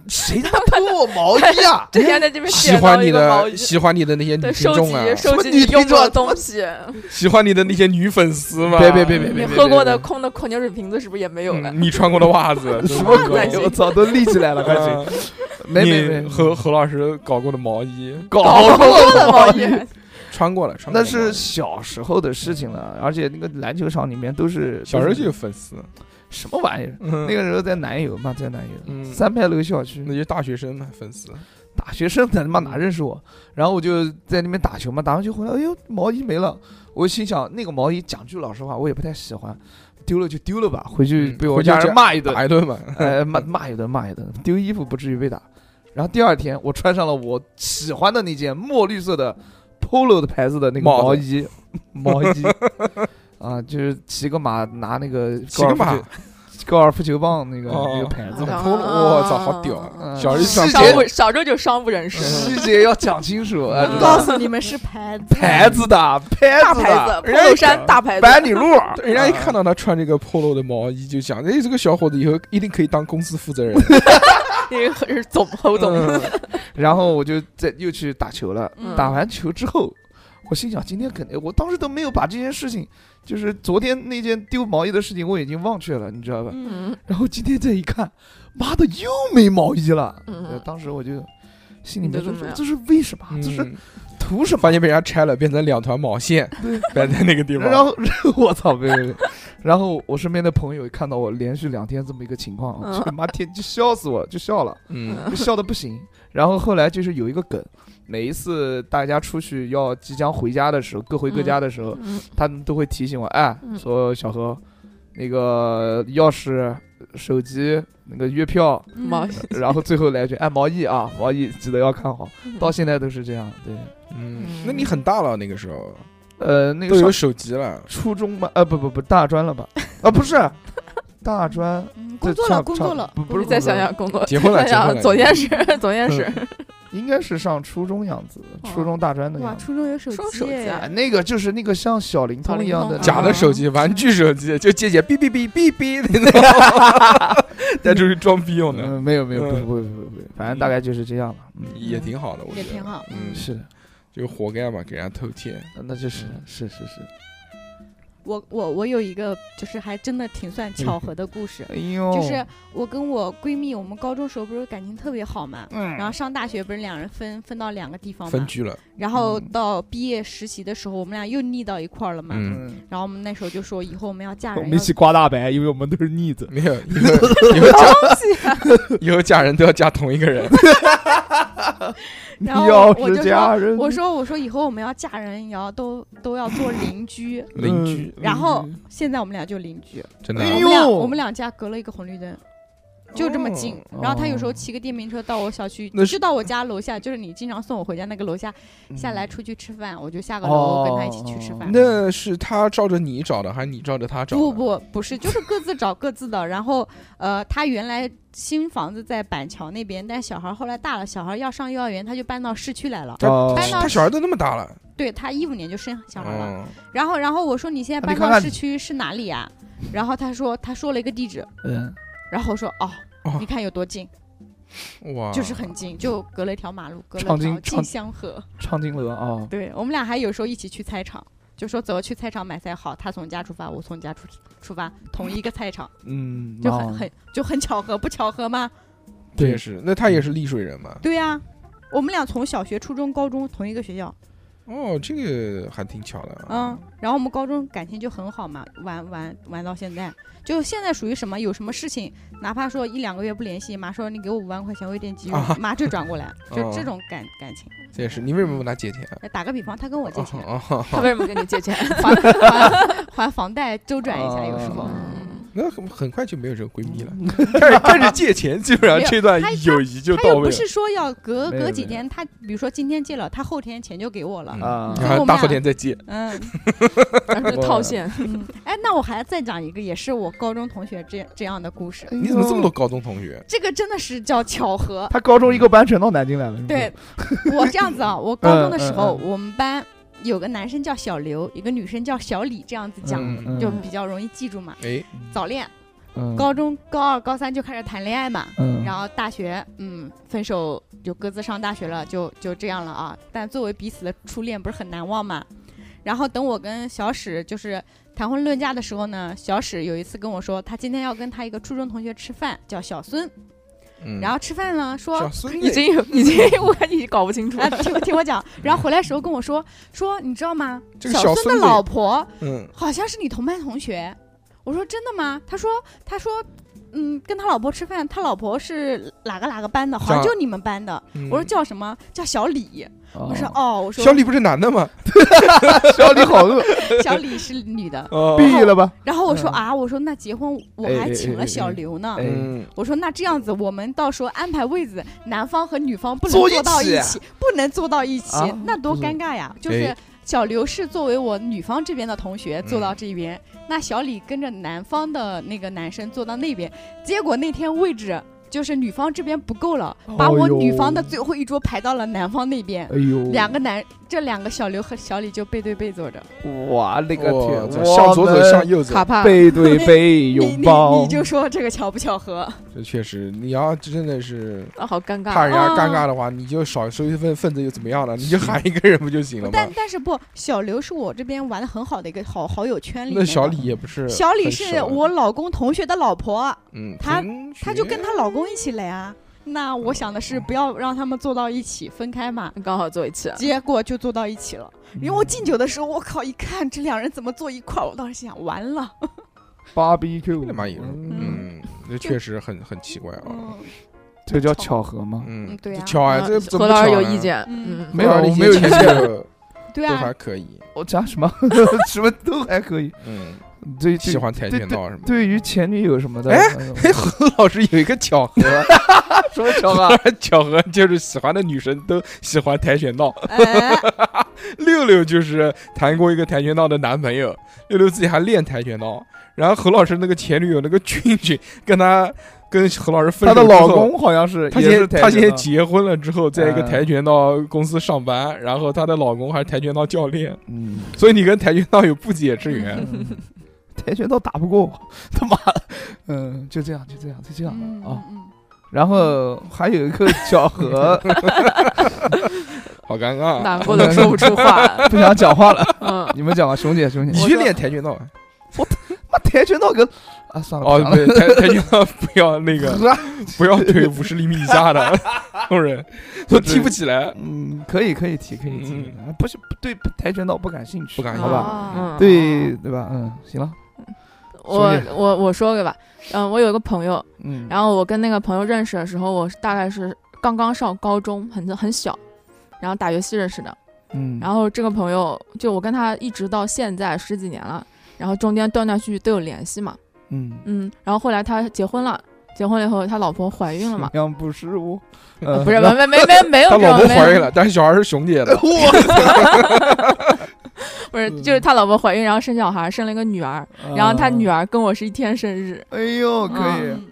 谁他妈偷我毛衣啊 之前在这边喜捡欢到一你个毛的衣，喜欢你的那些女对，听收众啊，集什收么集女你用听过的众东西，喜欢你的那些女粉丝嘛，别别别别别你别喝过的别空的矿泉水瓶子是不是也没有了？ 嗯你穿过的袜子什么鬼？都哎我操，都立起来了，是快这去！种没没你没，何何老师搞过的毛衣，搞搞过的毛 衣，穿过了，穿过那了是小时候的事情了，而且那个篮球场里面都是小时候就有都是粉丝，什么玩意儿？那那个时候在南邮嘛，在南邮嗯，三牌楼校区那，就是大学生嘛，粉丝，大学生他妈嗯哪认识我？然后我就在那边打球嘛，打完球回来，哎呦，毛衣没了。我心想，那个毛衣，讲句老实话，我也不太喜欢，丢了就丢了吧，回去嗯被我回去家就人骂一顿，打一顿嘛， 哎，骂骂一顿，骂一顿。丢衣服不至于被打。然后第二天，我穿上了我喜欢的那件墨绿色的 polo 的牌子的那个帽子 毛衣，毛衣 啊，就是骑个马拿那个骑个马高尔夫球高尔夫球棒那个哦那个牌子嘛，啊我操好屌啊嗯小时候细上节少班不少时候就商 务人嗯士，细节要讲清楚哎啊，知道告吧诉你们是牌子，牌子的，大牌子牌子的，啊，polo 哎衫大牌子，百里 路， 人家一看到他穿这个 polo 的毛衣，就想，哎，这个小伙子以后一定可以当公司负责人，那个是总侯总，嗯然后我就再又去打球了。嗯打完球之后，我心想今天肯定，我当时都没有把这件事情，就是昨天那件丢毛衣的事情，我已经忘却了，你知道吧？嗯，嗯然后今天再一看，妈的又没毛衣了。呃嗯，当时我就心里面就你都怎么说样这是为什么？这啊是嗯，图什么发？现被人家拆了，变成两团毛线 对，摆在那个地然方，后 我操，别别别！然后我身边的朋友看到我连续两天这么一个情况啊，嗯就妈天就笑死我，就笑了，嗯，就 笑的不行。然后后来就是有一个梗，每一次大家出去要即将回家的时候，各回各家的时候，嗯他们都会提醒我，哎，嗯说小何，那个钥匙、手机、那个月票，嗯毛衣，然后最后来一句，哎，毛衣啊，毛衣记得要看好。嗯到现在都是这样，对，嗯，那你很大了，那个时候呃，那都个有上手机了， 初中吧，呃，不不不，大专了吧？啊，不是，大专。嗯，对工作差了，不工差作不了，不不你是 再工作想想工作，结婚了，想结婚想了，啊昨天是 昨天是，应该是上初中样子，哦初中大专的哇，样子。初中有手双机手机耶啊哎，那个就是那个像小灵小通灵一样通的啊假的手机，玩具手机，就姐姐哔哔哔哔哔的那种，带出去装逼用的，嗯， 没有没有，嗯不不不不不，反正大概就是这样了。嗯，也挺好的，我觉也得挺好嗯，是的，就活该嘛，给人家偷窃，那就是是是是。我我我有一个，就是还真的挺算巧合的故事，哎呦，就是我跟我闺蜜，我们高中时候不是感情特别好嘛，嗯，然后上大学不是两人分分到两个地方分嘛，居了，然后嗯到毕业实习的时候，我们俩又腻到一块儿了嘛。嗯，嗯，哦然后我们那时候就说，以后我们要嫁我人，们一要起刮大白，因为我们都是逆子。没有，以后以后嫁啊以后嫁人都要嫁同一个人， 然后要我是就家人，我说我说以后我们要嫁人，也要都都要做邻居。邻居， 嗯然后嗯现在我们俩就邻居，真的哎我啊们俩呦我们两家隔了一个红绿灯，就这么近。然后他有时候哦骑个电瓶车到我小区，那是就到我家楼下，就是你经常送我回家那个楼下，嗯下来出去吃饭，我就下个楼跟他一起去吃哦饭。那是他照着你找的，还是你照着他找的？不不不是，就是各自找各自的。然后呃，他原来新房子在板桥那边，但小孩后来大了，小孩要上幼儿园，他就搬到市区来了。哦他搬到他小孩都那么大了，对他一五年就生小孩了。嗯，然后然后我说你现在那哦啊搬你看看到市你区是哪里呀、然后他说他说了一个地址，嗯，然后我说哦哦。你看有多近，哇，就是很近，就隔了一条马路，隔了长一经条长静 香河。唱金额啊，对我们俩还有时候一起去菜场，就说走去菜场买菜好，他从家出发，我从家出出发，同一个菜场，嗯，就哦很很就很巧合，不巧合吗？这也对是，那他也是丽水人嘛？对呀、我们俩从小学、初中、高中同一个学校，哦，这个还挺巧的啊。嗯，然后我们高中感情就很好嘛，玩玩玩到现在，就现在属于什么？有什么事情，哪怕说一两个月不联系，妈说你给我五万块钱，我有点急用啊，妈就转 过来，就哦这种感感情。这也是，你为什么问他借钱啊？打个比方，他跟我借钱，哦哦哦 他为什么跟你借钱？还还还房贷，周转一下，有时候。啊嗯那很很快就没有这个闺蜜了， 开始开始借钱，基本上这段嗯没有他友谊就他到又位不了。是说要隔没有隔几没有天，他比如说今天借了，他后天钱就给我了嗯。啊嗯，然后大后天再借，嗯，然后就套现，嗯哎，那我还再讲一个，也是我高中同学这这样的故事，哎你怎么这嗯么多高中同学？这个真的是叫巧合。他高中一个班全到南京来了，是不是对，我这样子啊，我高中的时候，嗯我们班有个男生叫小刘，一个女生叫小李，这样子讲、嗯就比较容易记住嘛。哎，早恋，嗯高中高二、高三就开始谈恋爱嘛。嗯，然后大学，嗯，分手就各自上大学了，就就这样了啊。但作为彼此的初恋，不是很难忘嘛。然后等我跟小史就是谈婚论嫁的时候呢，小史有一次跟我说，他今天要跟他一个初中同学吃饭，叫小孙。嗯然后吃饭呢，说小孙已子经有已经我感觉已经搞不清楚啊，了。听我听我讲，然后回来时候跟我说说，你知道吗？这个小小孙孙的子老婆嗯，好像是你同班同学。我说真的吗？他说他说，嗯，跟他老婆吃饭，他老婆是哪个哪个班的，好像叫就你们班的。嗯我说叫什么？叫小李。哦我说哦，我说小李不是男的吗？小李好 饿，小李是 女的。哦毕业了吧？然后我说嗯啊，我说那结婚我哎还哎请哎哎了小刘呢。哎嗯，我说那这样子，我们到时候安排位子，男方和女方不能坐到坐一一起起，不能坐到一起啊，那多尴尬呀！就是哎小刘是作为我女方这边的同学坐到这边，那小李跟着男方的那个男生坐到那边，结果那天位置。就是女方这边不够了，把我哎呦女方的最后一桌排到了男方那边，哎呦，两个男，这两个小刘和小李就背对背坐着，哇，那个我天，操向左走，向右，右走卡，帕，背对背你你拥啊 你抱，就说这个巧不巧合？这确实，你要真的是啊好尴怕人尬。家啊尴尬的话，你就少收一份份子又怎么样了？你就喊一个人不就行了吗嗯但？但是不，小刘是我这边玩的很好的一个好好友圈里面那的。小李也不是很熟，小李是我老公同学的老婆，嗯，他同学她就跟她老公一起来啊。那我想的是不要让他们坐到一起，分开嘛。刚好坐一啊起，结果就坐到一起了。因为我嗯敬酒的时候，我靠，一看这两人怎么坐一块儿，我当时想完了。 barbecue，他妈也是，嗯，这确实很很奇怪啊，嗯，这叫巧合吗？嗯，对呀巧啊，这怎么何老师巧有呢意？见，嗯嗯，没有啊，我你没有意意见 就对都啊还，可以，我讲什么？ 什么都还可以。嗯，对，喜对欢跆拳道什么的。对于前女友什么的，哎嗯嘿，何老师有一个巧合，什么巧 合？巧合就是喜欢的女生都喜欢跆拳道。哎， 六六就是谈过一个跆拳道的男朋友，六六自己还练跆拳道。然后何老师那个前女友那个俊俊跟他跟何老师分她手的之后老，公好像是，他也是先他跆拳先道结婚了之后，在一个嗯跆拳道公司上班，然后她的老公还是跆拳道教练，嗯，所以你跟跆拳道有不解之 缘。嗯跆拳道打不过我， 他妈的，嗯，就这样，就这样，就这样嗯啊。嗯然后还有一个巧 合，好尴尬啊，难过的说不出 话。不想讲话了，嗯，你们讲吧，熊姐，熊你姐，去练跆拳道啊妈跆拳道跟啊算了，哦，不对，跆跆拳道不要那 个讲了，不要腿五十厘米以下的 那种人，都踢不起来，嗯，可以，可以提，可以提嗯，啊不是不对跆拳道不感兴趣，不感兴好趣吧？嗯，对对吧？嗯，行了，我兄弟我我说个吧，嗯，我有一个朋友，嗯，然后我跟那个朋友认识的时候，我是大概是刚刚上高中，很很小，然后打游戏认识的。嗯，然后这个朋友就我跟他一直到现在十几年了，然后中间断断续续都有联系嘛，嗯，嗯，然后后来他结婚了，结婚了以后他老婆怀孕了嘛，样不是我，呃呃不是没没没没没有他这老种婆没怀孕有了，但是小孩是熊姐 的， 不是就是他老婆怀孕，然后生小孩，生了一个女儿，啊然后他女儿，儿跟我是一天生日，嗯哎呦，可以。嗯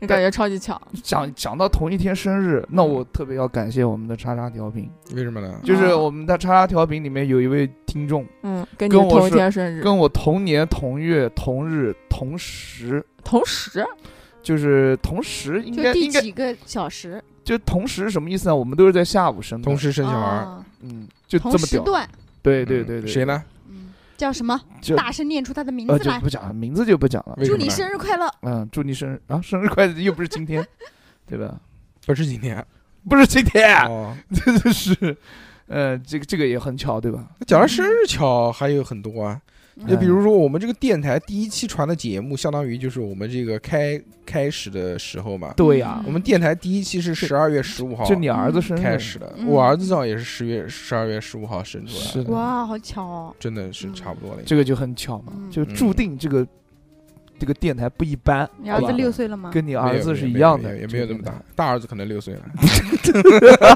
就感觉超级巧，讲讲到同一天生日，那我特别要感谢我们的叉叉调频，为什么呢？就是我们的叉叉调频里面有一位听众，嗯，跟你跟我同一是天生日，跟我同年同月同日同时，同时就是同时应就该第应该几个小时？就同时什么意思呢？我们都是在下午生的，同时生小孩，哦嗯，就这同么时屌，段，对对对对，谁？呢？嗯，叫什么？就大声念出他的名呃字就来。不讲名字就不讲了为，什祝么你呢生日快乐！嗯，祝你生日啊，生日快乐，又不是今天，对吧？不是今天。不是今天，啊哦， 真的是，呃，这个这个也很巧，对吧？那讲到生日巧还有很多啊，就嗯比如说我们这个电台第一期传的节目，相当于就是我们这个开开始的时候嘛。对呀嗯我们电台第一期是是十二月十五号就你儿子生日哦开始的，嗯我儿子正好也是十月十二月十五号生出来是的，的哇，好巧哦！真的是差不多了。啊这个就很巧嘛，嗯就注定这个这个电台不一般，你儿子哇六岁了吗？跟你没有儿子是一没有样没有的，也没有那么这个大，大儿子可能六岁 了，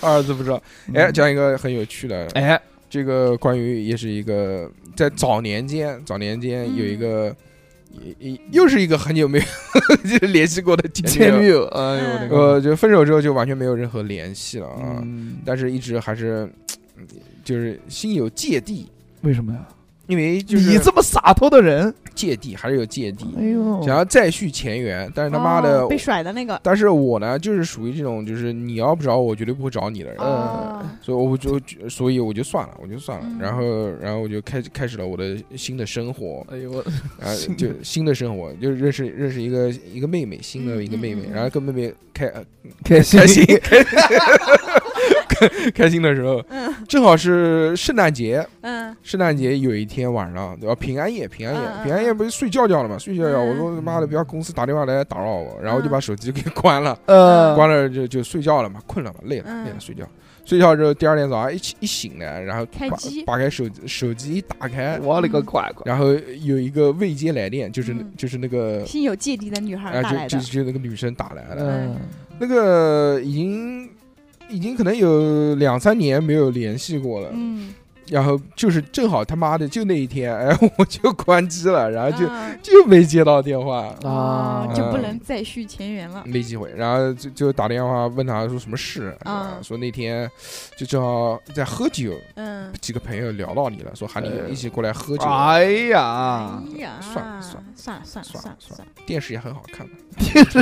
二儿子不知道。电台。哎，讲一个很有趣的，嗯哎，这个关于也是一个在早年间，早年间有一嗯个，也也又是一个很久没有 就联系过的前前女女友，友，哎呦我的嗯个，呃，就分手之后就完全没有任何联系了啊，嗯，但是一直还是嗯就是心有芥蒂，为什么呀？因为 就是你这么洒脱的人，芥蒂还是有芥蒂，哎呦，想要再续前缘，但是他妈的哦被甩的那个，但是我呢，就是属于这种，就是你要不找我，我绝对不会找你的人，哦，所以我就，所以我就算了，我就算了。嗯然后，然后我就开开始了我的新的生活，哎呦我，然后新的就新的生活，就认识认识一个一个妹妹，新的一个妹妹，嗯嗯嗯然后跟妹妹开 呃开心开心开开心的时候，正好是圣诞节，嗯，圣诞节有一天晚上，对吧？平安夜，平安夜，嗯嗯平安夜不是睡觉觉了嘛？睡觉觉，嗯我说他妈的，不要公司打电话来打扰我，然后就把手机给关了。呃，关了就就睡觉了嘛，困了嘛，累了、嗯累了睡觉。睡觉之后，第二天早上一起一醒来，然后开把机打开手机手机一打开，我勒个乖乖，然后有一个未接来电，就是、嗯就是那个心有芥蒂的女孩啊、打来呃就的就，就那个女生打来了，嗯，那个已经已经可能有两三年没有联系过了，嗯，然后就是正好他妈的就那一天，哎，我就关机了，然哎后就、嗯就没接到电话。哦啊，就嗯不能再续前缘了。没机会，然后就就打电话问他说什么事，嗯啊说那天就正好在喝酒，嗯，几个朋友聊到你了，说喊你哎一起过来喝酒，啊哎呀，哎呀，算了算算了算了算算了了算算了，电视也很好看的，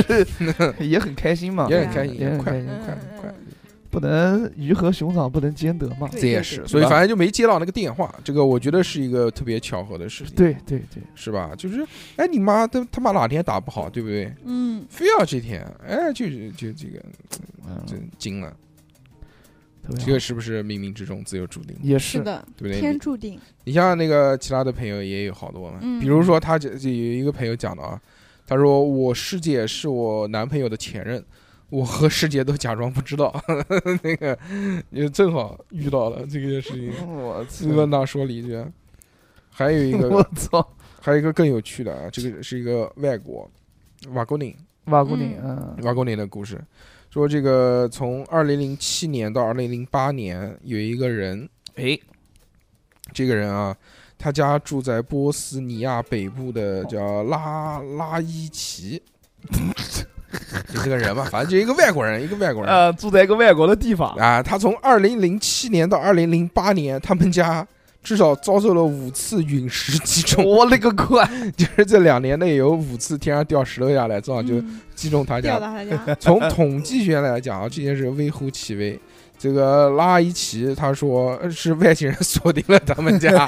也很开心嘛，也对很啊开心，也很快开很心快嗯很快，嗯不能鱼和熊掌不能兼得嘛。这也是，所以对吧反正就没接到那个电话，这个我觉得是一个特别巧合的事情，，对对对，是吧？就是，哎，你妈他他妈哪天打不好，对不对？嗯，非要这天，哎，就就这个嗯就惊了，特别这个是不是冥冥之中自有注定好，也是是的，对不对？天注定。你像那个其他的朋友也有好多嘛，嗯比如说他就就有一个朋友讲的啊，他说我师姐是我男朋友的前任，我和师姐都假装不知道， 那个也正好遇到了这件事情，我操问他说了一句。还有一 我个，操，还有一个更有趣的啊，这个是一个外国瓦格宁瓦古岭，嗯瓦格宁的故事，说这个从二零零七年到二零零八年，有一个人哎，这个人啊，他家住在波斯尼亚北部的叫拉拉伊奇，就这个人嘛，反正就一个外国人，一个外国人呃，住在一个外国的地方，啊。他从二零零七年到二零零八年，他们家至少遭受了五次陨石击中， 我勒个乖，就是这两年内有五次天上掉石头下来，正好啊就嗯击中他家掉到他家，从统计学来讲啊，这件事微乎其微。这个拉伊奇他说呃是外星人锁定了他们家，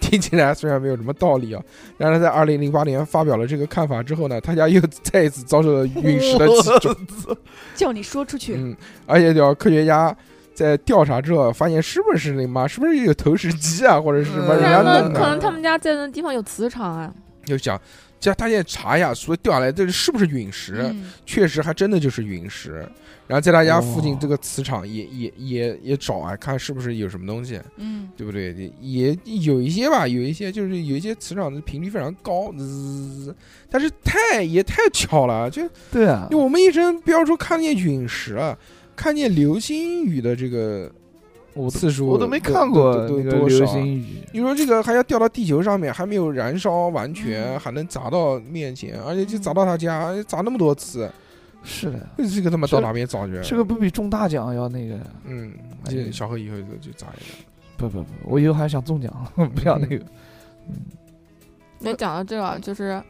听起来虽然没有什么道理啊，然而在二零零八年发表了这个看法之后呢，他家又再一次遭受了陨石 的击中。叫你说出去。嗯，而且叫科学家在调查之后发现，是不是那妈是不是有投石机啊，或者是什么人嗯可家那弄能可的？能他们家在那地方有磁场啊，就想，这他现在查一下，说掉下来这是不是陨石？嗯确实还真的就是陨石。然后在他家附近哇这个磁场也也也也找啊，看是不是有什么东西，嗯对不对？也有一些吧，有一些就是有一些磁场的频率非常高，滋但是太也太巧了，就对啊，我们一生不要说看见陨石了，看见流星雨的这个我都次数我都没看过都都那个多流少啊。星雨，你说这个还要掉到地球上面，还没有燃烧完全，嗯还能砸到面前，而且就砸到他家，砸那么多次，是的，这个他妈到哪边找去？这个不比中大奖要那个，嗯，哎这小何以后就就咋样？不不不，我以后还想中奖， 不要那个，没讲到这个，就是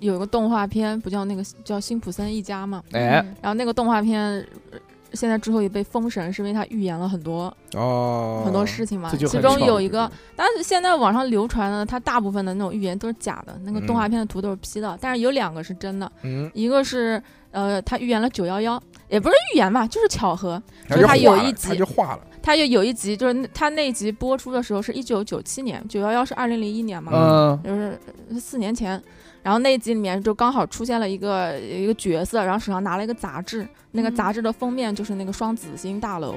有一个动画片，不叫那个叫《辛普森一家》嘛，哎，嗯然后那个动画片呃现在之所以被封神，是因为他预言了很多、哦，很多事情嘛。这就其很中爽有一个，但是现在网上流传的，它大部分的那种预言都是假的，那个动画嗯片的图都是 P 的，但是有两个是真的，嗯，一个是呃，他预言了九幺幺，也不是预言吧，就是巧合。他就就他化有了一他集就化了，他就有一集，就是那他那集播出的时候是一九九七年，九幺幺是二零零一年嘛，嗯，就是呃四年前。然后那一集里面就刚好出现了一个一个角色，然后手上拿了一个杂志，那个嗯杂志的封面就是那个双子星大楼。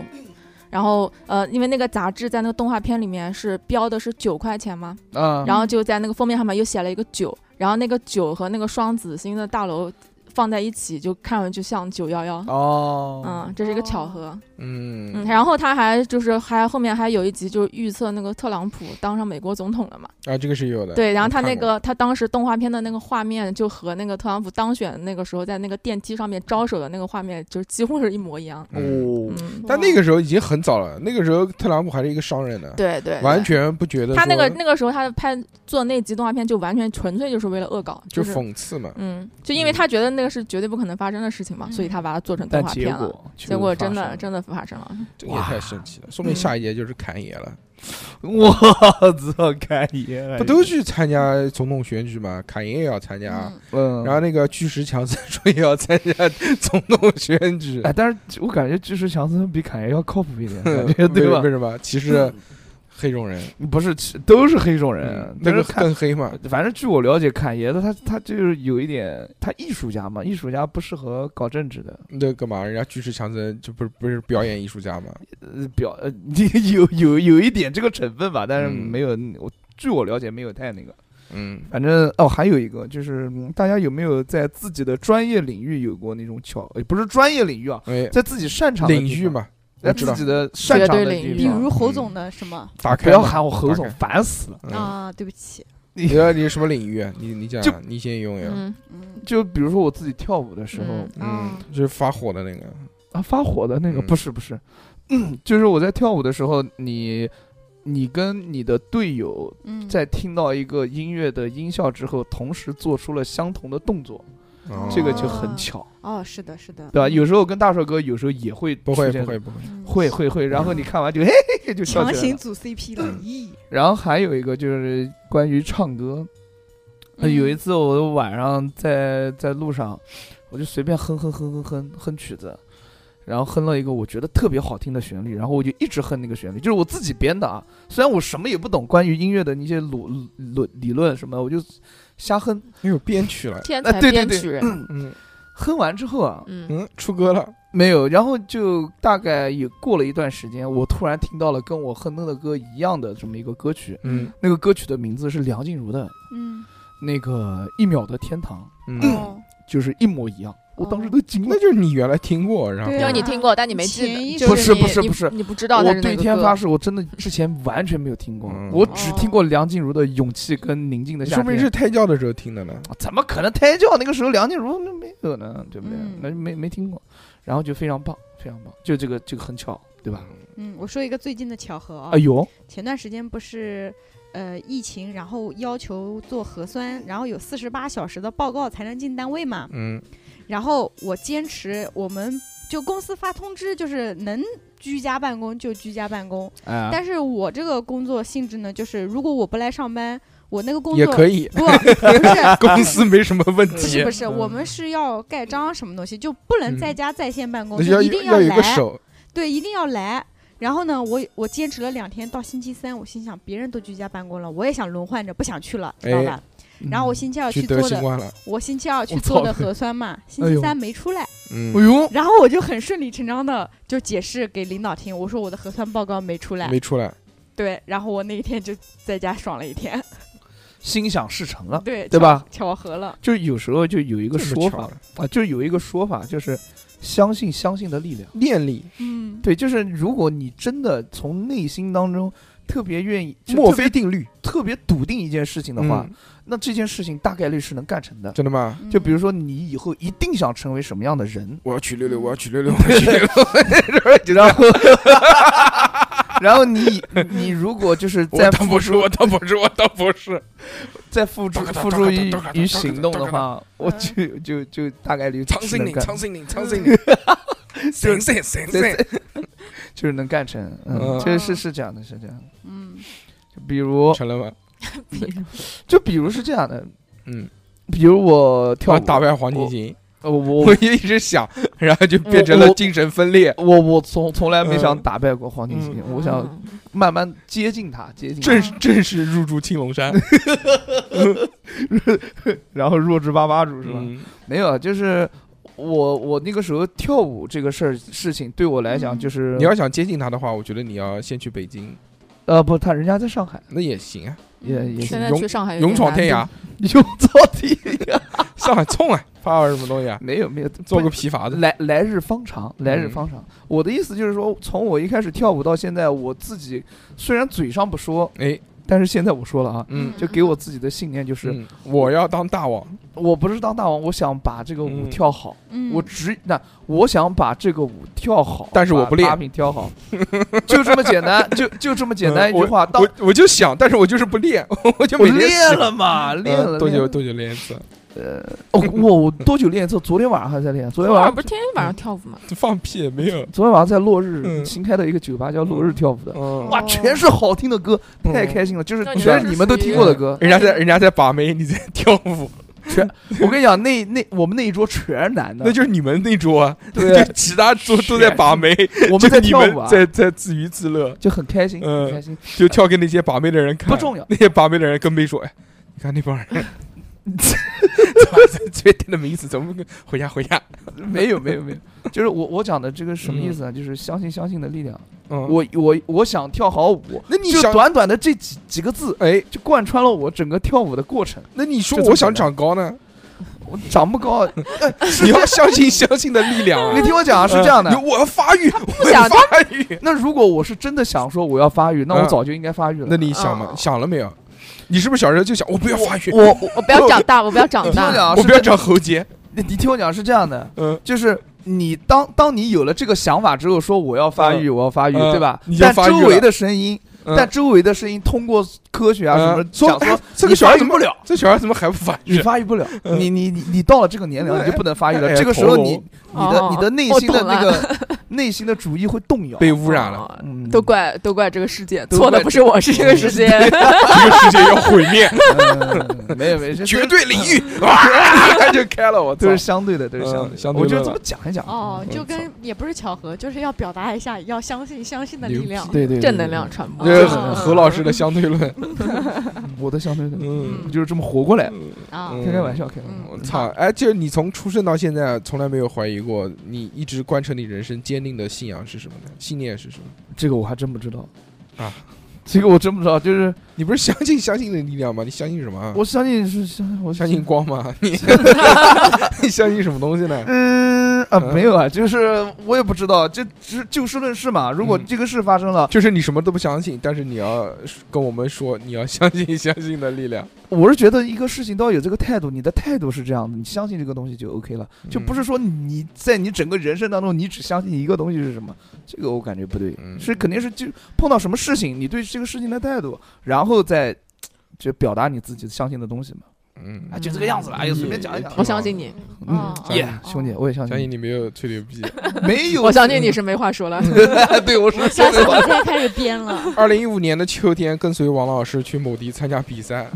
然后呃，因为那个杂志在那个动画片里面是标的是九块钱嘛，嗯，然后就在那个封面上面又写了一个九，然后那个九和那个双子星的大楼放在一起，就看上去像九幺幺。哦，嗯，这是一个巧哦合。嗯，嗯，然后他还就是还后面还有一集就是预测那个特朗普当上美国总统了嘛？啊，这个是有的，对，然后我他看那过个他当时动画片的那个画面就和那个特朗普当选那个时候在那个电梯上面招手的那个画面就是几乎是一模一样。嗯哦，嗯，但那个时候已经很早了，那个时候特朗普还是一个商人呢，对对，完对全不觉得他那个说那个时候他拍做那集动画片就完全纯粹就是为了恶搞，就是讽刺嘛，嗯，就因为他觉得那个是绝对不可能发生的事情嘛，所以他把它做成动但画结片了。果结果真的真的，的发生了，这个也太神奇了，说明嗯下一届就是侃爷了，我 操，侃爷不都去参加总统选举嘛，侃爷也要参加。嗯嗯，然后那个巨石强森说也要参加总统选举，哎，但是我感觉巨石强森比侃爷要靠谱一点，感觉 对嗯为吧嗯为？什么？歧视黑种人，不是，其都是黑种人嗯，那啊但个是侃，更黑嘛？反正据我了解，侃爷的他他就是有一点，他艺术家嘛，艺术家不适合搞政治的，那干嘛？人家巨石强森就不是不是表演艺术家嘛？呃，表呃， 你有有有一点这个成分吧，但是嗯没有，我据我了解没有太那个。嗯，反正哦，还有一个就是，嗯大家有没有在自己的专业领域有过那种巧，呃不是专业领域啊，哎，在自己擅长的领地域方，嘛，在我知自道己的擅长的绝对领域地比方，如侯总的什么打啊不开嘛。要喊我侯打总开，烦死了。嗯，啊？对不起，你要你什么领域？啊你你讲就，你先用用。嗯嗯就比如说我自己跳舞的时候、嗯嗯啊，就是发火的那个。啊，发火的那个、嗯不是不是， 嗯，就是我在跳舞的时候，你你跟你的队友嗯，在听到一个音乐的音效之后，同时做出了相同的动作，哦这个就很巧，哦，是的，是的，对啊吧？有时候跟大帅哥，有时候也会不会出现不会不会。嗯会会会，然后你看完就嘿嘿嘿就跳强起来行了。组 CP 嗯了，咦？然后还有一个就是关于唱歌，呃有嗯一次我晚上在在路上，我就随便哼哼哼哼哼哼曲子，然后哼了一个我觉得特别好听的旋律，然后我就一直哼那个旋律，就是我自己编的啊。虽然我什么也不懂关于音乐的那些逻论理论什么，我就瞎哼。你有编曲了，天哎才对对编对曲人，嗯哼完之后啊，嗯嗯，出歌了，没有，然后就大概也过了一段时间，我突然听到了跟我哼的歌一样的这么一个歌曲，嗯那个歌曲的名字是梁静茹的嗯，那个《一秒的天堂嗯，哦》，就是一模一样。我当时哦都惊了那，就是你原来听过，然后对就啊是你听过，但你没记潜意得，识就不是不是你你不是你不知道它我是对那个天歌哦发誓，我真的之前完全没有听过，嗯我只听过梁静茹的《勇气》跟《宁静的夏说天明》是。胎教的时候听的呢。怎么可能胎教？那个时候梁静茹那没有呢，对不对？嗯那就没没听过，然后就非常棒，非常棒，就这个这个很巧，对吧？嗯，我说一个最近的巧合啊哎，呦，前段时间不是呃疫情，然后要求做核酸，然后有四十八小时的报告才能进单位嘛。嗯，然后我坚持，我们就公司发通知，就是能居家办公就居家办公。啊哎，但是我这个工作性质呢，就是如果我不来上班，我那个工作也可以，不不 是。公司没什么问不是题不，是，我们是要盖章什么东西，就不能在家在线办公，嗯那就要一定要有一来个，手，对，一定要来。然后呢，我我坚持了两天，到星期三，我心想别人都居家办公了，我也想轮换着，不想去了，哎知道吧？嗯嗯然后我星期二去去得做新的，冠了。我星期二去我操做的核酸嘛，星哎期呦三没出来，嗯哎，呦，然后我就很顺理成章的就解释给领导听，我说我的核酸报告没出来没，出来。对，然后我那一天就在家爽了一天，心想事成了。对啊对吧？巧巧合了，就是有时候就有一个这么说巧法啊啊，就是有一个说法，就是相信相信的力量。念力，嗯，对，就是如果你真的从内心当中特别愿意，就墨特别菲定律特别笃定一件事情的话，嗯那这件事情大概率是能干成的。真的吗？就比如说，你以后一定想成为什么样 的人， 我要娶六六，我要娶六六，我要娶六 六，然后， 然后你你如果就是我在当付博士，出我当博士，我当博 士。在付出付出于于行动的话，我就就就大概率长是生能岭，干长生岭，长生岭。 行行行行，就是能干成，嗯，嗯其实是是这样的，是这样的。嗯，就比如，成了吗？比如就比如是这样的，嗯，比如我跳要舞，打败黄金金，呃我我嗯就一直想，然后就变成我了我精神分裂。我我从从来没想嗯打败过黄金星，我想嗯慢慢接近他，接近正他，是正式入驻青龙山，然后弱智巴巴主是吧？嗯没有，就是我我那个时候跳舞这个事儿事情对我来讲就是你要想接近他的话，我觉得你要先去北京，呃不，他人家在上海，那也行啊，也也现行在勇去上哎海有勇点闯天难涯 度，，有到底上海冲啊，发点什么东西啊， 没有没有做不个皮筏子。来来日方长，来日嗯方长。我的意思就是说，从我一开始跳舞到现在，我自己虽然嘴上不说，哎，但是现在我说了啊，嗯，就给我自己的信念就是，嗯我要当大王，我不是当大王，我想把这个舞嗯跳好，嗯我只那我想把这个舞跳好，但是我把不练八品跳好，就这么 简单，就就这么简单嗯一句话，当我我就想，但是我就是不练， 我就我每天练想了嘛，嗯练了，多练久了多久练一次？呃，哦，我我多久练一次？昨天晚上还在练，昨 天晚哇，上不是天天晚上跳舞 吗？放屁没有，昨天晚上在落日嗯新开的一个酒吧叫落日跳舞的，嗯哇，哦全是好听的歌，嗯太开心了，就是那你全就是是你们都属于听过的歌。人家在人家在把妹，你 在跳舞，我跟你讲，那那我们那一桌全是男的那，就是你们那桌啊，对就其他桌都在把妹，我就们在你跳舞们啊，在在自娱自乐，就很开心，嗯很开心，就跳给那些把妹的人看，不重要。那些把妹的人跟妹说：“哎，你看那帮人， 这这天的名字，怎么跟回家回家？没有没有没有，就是我我讲的这个什么意思呢？就是相信相信的力量。嗯，我我我想跳好舞，那你就想短短的这几几个字，哎，就贯穿了我整个跳舞的过程。那你说就这么我想简单长高呢？ 我长不高，啊你要相信相信的力量啊 你！听我讲啊，是这样的嗯。我要发育，我想要发育。那如果我是真的想说我要发育，那我早就应该发育 嗯了。那你想吗？嗯想了没有？你是不是小时候就想我不要发育，我我不要长 大，我不要长你听我讲大。啊，我是不要真长的喉结？你你听我讲是这样的，嗯，就是你当当你有了这个想法之后，说我要发育，我要发育，嗯对吧你？就但发育周围的声音，嗯但周围的声音通过科学啊什么嗯讲哎说，这你个小孩发育怎么不了，这小孩怎么还不发你育？发育不了，嗯你你你你到了这个年龄了，哎你就不能发育了。哎这个时候头你你的哦你的内我心的懂那个内心的主意会动摇，被污染了，哦，嗯都怪都怪这个世界，都错的怪不是我，是这个世界。这个世界要毁 灭， 嗯没有没有，这绝对领 域啊，就开了，我都操是！相对的，都是相对嗯的。相对我就论这了么讲一讲。哦嗯，就跟也不是巧合，就是要表达一下要相信相信的力量。对对对正能量，传 播。这对是哦何老师的相对论，对对我的相对论嗯，就是这么活过来的。啊，嗯开开玩笑，开开玩笑。我操！哎，就是你从出生到现在，从来没有怀疑过，你一直贯彻你人生坚定的信仰是什么呢？信念是什么？这个我还真不知道啊，这个我真不知道。就是你不是相信相信的力量吗？你相信什么啊？我相信是相信我相信光吗？ 你 你相信什么东西呢？嗯啊嗯没有啊，就是我也不知道，这只是就事论事嘛。如果嗯这个事发生了，就是你什么都不相信，但是你要跟我们说，你要相信相信的力量，我是觉得一个事情都要有这个态度，你的态度是这样的，你相信这个东西就 OK 了，嗯就不是说你在你整个人生当中你只相信一个东西是什么，这个我感觉不对，嗯是肯定是就碰到什么事情，你对这个事情的态度，然后再就表达你自己相信的东西嘛，嗯，啊就这个样子了，哎呦随便讲一讲嗯，我相信你，嗯哦，耶哦兄弟我也相相信信你没有吹牛逼。你，没有我相信 你是没话说了。对我说相信我现在开始编了，二零一五年的秋天，跟随王老师去某地参加比 赛，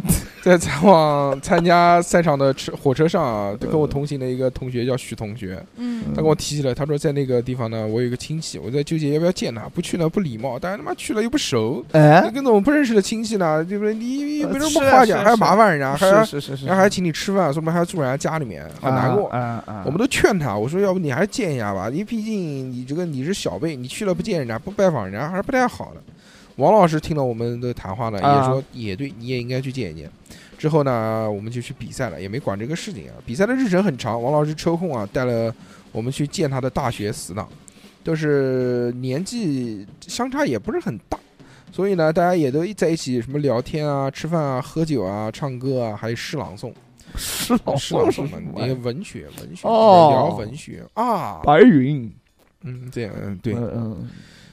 在前往参加赛场的车火车上啊，就跟我同行的一个同学叫徐同学，嗯 他跟我提起了，他说在那个地方呢，我有一个亲戚，我在纠结要不要见他，不去呢不礼貌，但是他妈去了又不熟， 哎你，跟那种不认识的亲戚呢，对不对？你你呃没什是么啊话是啊讲，还要是啊麻烦人家，还要是是是是，然后还请你吃饭，说明还要住人家家里面，很难过。啊啊，我们都劝他，我说要不你还是见一下吧，因为毕竟你这个你是小辈，你去了不见人家，不拜访人家还是不太好的。王老师听了我们的谈话呢，啊也说也对，你也应该去见一见。之后呢，我们就去比赛了，也没管这个事情啊。比赛的日程很长，王老师抽空啊带了我们去见他的大学死党，都是年纪相差也不是很大，所以呢，大家也都在一起什么聊天啊、吃饭啊、喝酒啊、唱歌啊，还有诗朗诵。是老是朗诵哦是哎嘛，那个文学文学哦聊文学啊，白云，嗯，这样嗯对，嗯嗯，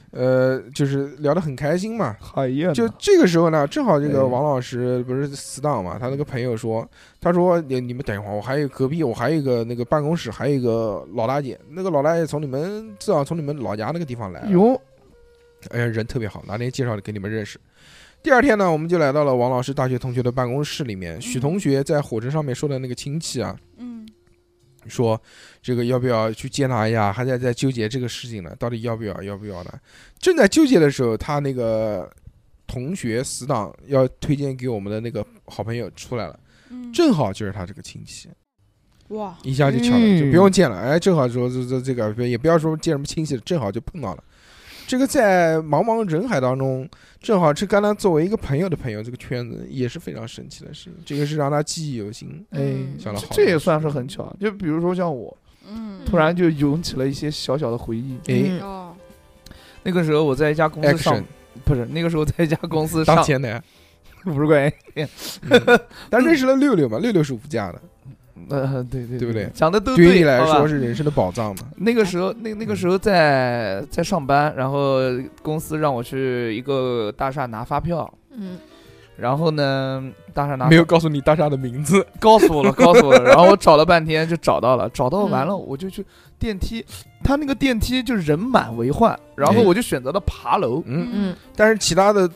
呃，就是聊得很开心嘛。海燕就这个时候呢，正好这哎个王老师不是死党嘛，他那个朋友嗯说，他说你你们等一会儿，我还有隔壁，我还有一个那个办公室，还有一个老大姐，那个老大姐从你们最好从你们老家那个地方来，啊哟，哎呀人特别好，哪天介绍给你们认识。第二天呢，我们就来到了王老师大学同学的办公室里面，许同学在火车上面说的那个亲戚啊，嗯，说这个要不要去接纳一下，还在在纠结这个事情呢，到底要不要要不要呢？正在纠结的时候，他那个同学死党要推荐给我们的那个好朋友出来了，嗯正好就是他这个亲戚，哇，一下就巧了，嗯就不用见了。哎，正好说这这这个也不要说见什么亲戚了，正好就碰到了。这个在茫茫人海当中，正好这刚刚作为一个朋友的朋友，这个圈子也是非常神奇的事情，这个是让他记忆犹新。哎，想了好，这也算是很巧。就比如说像我，嗯突然就涌起了一些小小的回忆。哎嗯哦，那个时候我在一家公司，action 上，不是那个时候在一家公司上当，前台。不是关于，嗯 但认识了六六嘛，六六是无价的，呃，对对对不对讲的都对于你来好吧说是人生的宝藏嘛。那个时候，那那个时候在在上班，然后公司让我去一个大厦拿发票，嗯，然后呢，大厦拿没有告诉你大厦的名字，告诉我 了，告诉我了，然后我找了半天就找到了，找到完嗯了我就去电梯，他那个电梯就人满为患，然后哎我就选择了爬 楼，嗯，嗯，但是其他的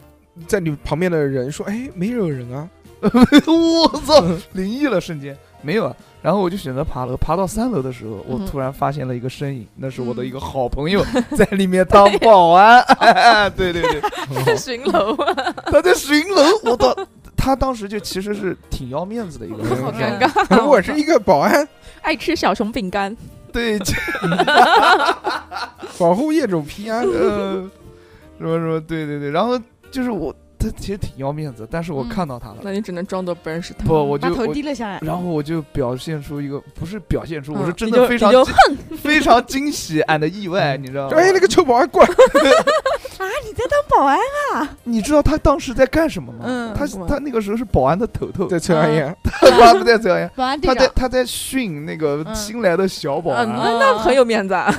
在你旁边的人说，哎，没有人 啊，我操，嗯灵异了瞬间没有啊，然后我就选择爬楼，爬到三楼的时候，我嗯突然发现了一个身影，那是我的一个好朋友 在里 面当保安， 对对对，巡 楼啊，他在巡楼，我操。他当时就其实是挺要面子的一个人，好你知道吗尴尬。我是一个保安，爱吃小熊饼干，对，就保护业主平 嗯安。呃，什么什么，对对对，然后就是我，他其实挺要面子，但是我看到他了，那你只能装作不认识他。不，我嗯把就头我，低了下来，然后我就表现出一个不是表现出，我嗯是真你的就非常你就惊非常惊喜俺的意外，嗯你知道吗？哎，那个臭保安过来， 你在当保安，你知道他当时在干什么吗？嗯他我他那个时候是保安的头头，在抽香烟，他不在这样，保安队他在长，他在训那个嗯新来的小保嗯，安，那那很有面子啊。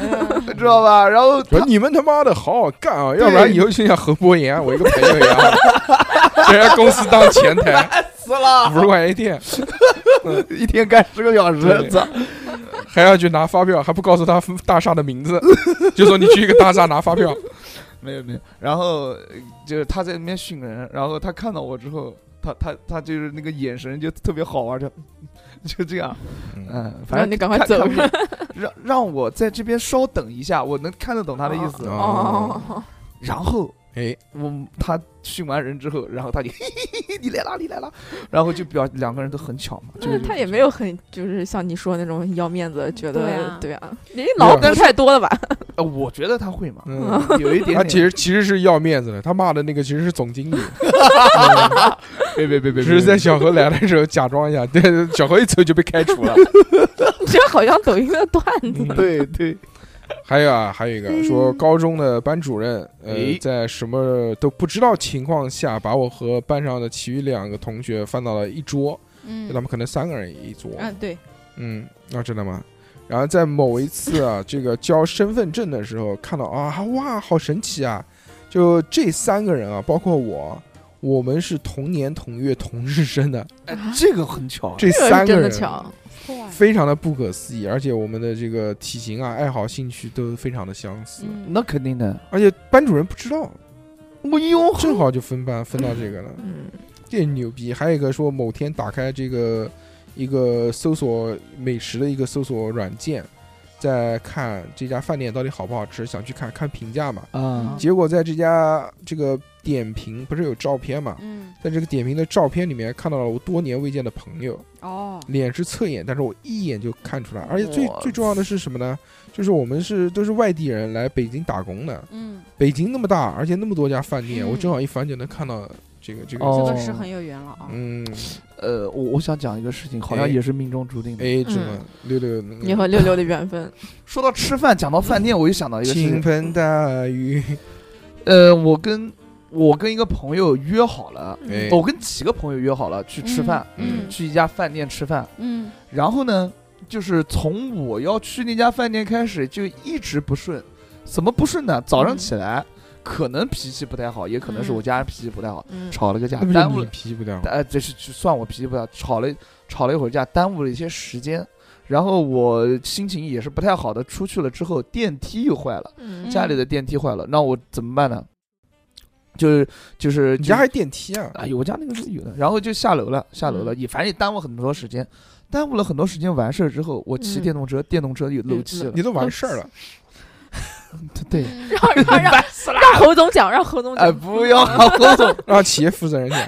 你知道吧？然后说他你们 他妈的好好干啊，要不然以后就像侯博言啊，我一个朋友一样， 在人家公司当前台，死了，五十块钱一天，一天干十个小时对，操！还要去拿发票，还不告诉他大厦的 名字，就说你去一个大厦拿发票。没有没有。然后呃就是他在那边训人，然后他看到我之后，他他他就是那个眼神就特别好玩，就 就这样，嗯，嗯，反然后正你赶快看走。看不让让我在这边稍等一下，我能看得懂他的意思。哦，哦，然后哎，我他训完人之后，然后他就 嘿嘿嘿，你来啦，你来啦，然后就表两个人都很巧嘛，就就是是嗯他也没有很，就是像你说的那种要面子，觉对得啊对啊，你脑补太多了吧？ 呃，我觉得他会嘛，嗯，有一点他其点，实其实是要面子的，他骂的那个其实是总经 理，别别别别，只是在别小何来的时候假装一下， 对，小何一走就被开除了。这好像抖音的段子。嗯对对， 还有啊，还有一个说高中的班主任，呃哎，在什么都不知道情况下，把我和班上的其余两个同学放到了一桌，就他嗯，们可能三个人一桌，嗯，对，嗯，啊，真的吗？然后在某一次啊， 这个交身份证的时候，看到啊，哇，好神奇啊！就这三个人啊，包括我，我们是同年同月同日生的，哎啊这个很巧， 这这三个是真的人巧，啊啊非常的不可思议，而且我们的这个体型啊、爱好、兴趣都非常的相似，嗯，那肯定的，而且班主任不知 道，我哟，正好就分班分到这个了，嗯，这牛逼。还有一个说某天打开这个一个搜索美食的一个搜索软件，在看这家饭店到底好不好吃，想去看看评价嘛。啊，结果在这家这个点评不是有照片嘛，嗯，在这个点评的照片里面看到了我多年未见的朋友，哦，脸是侧眼，但是我一眼就看出来。而且最哇最重要的是什么呢？就是我们是都是外地人来北京打工的，嗯，北京那么大，而且那么多家饭店，嗯我正好一翻就能看到这个这个。哦这个是很有缘了啊，嗯，呃，我我想讲一个事情，好像哎也是命中注定的。哎，真的六六，那个你和六六的 缘分，说到吃饭，讲到饭店，我就想到一个事嗯倾情。盆大雨，呃，我跟我跟一个朋友约好了，哎，我跟几个朋友约好了去吃饭，嗯去一家饭店吃饭。嗯，然后呢，就是从嗯我要去那家饭店开始，就一直不顺。怎么不顺呢？早上起来，可能脾气不太好，也可能是我家人脾气不太好，嗯，吵了个架，那不耽误是你了，脾气不太好？哎，这是就算我脾气不太好，吵了吵了一会儿架，耽误了一些时间，然后我心情也是不太好的，出去了之后电梯又坏了，嗯家里的电梯坏了，那我怎么办呢？就是就是你就家还电梯啊？哎呦，我家那个是有的，然后就下楼了，下楼了，也反正也耽误很多时间，耽误了很多时间。完事儿之后，我骑嗯电动车，电动车又漏气了，你都完事儿了， 对， 让让让让侯总讲，让侯总哎， 讲，不要侯 总，让企业负责人讲。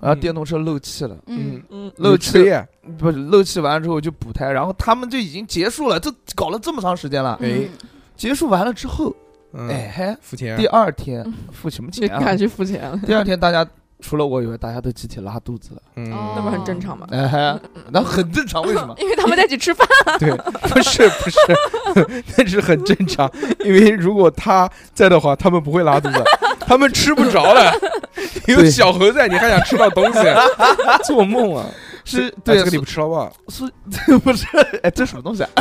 然后电动车漏气了，嗯，嗯，漏你气吹啊！不是漏气完了之后就补胎，然后他们就已经结束了，这搞了这么长时间了，嗯哎，结束完了之后，嗯哎嘿，付钱啊。第二天嗯付什么就钱啊？敢去付钱了，第二天大家除了我以外，大家都集体拉肚子了，嗯，哦那不是很正常吗？哎嘿，那很正常，为什么？因为他们在一起吃饭，对， 不是不是，那是很正常，因为如果他在的话，他们不会拉肚子，他们吃不着 了。有对小猴在，你还想吃到东西？啊 做梦啊！是哎对这个所你不吃了吧？是， 不是？哎，这什么东西啊？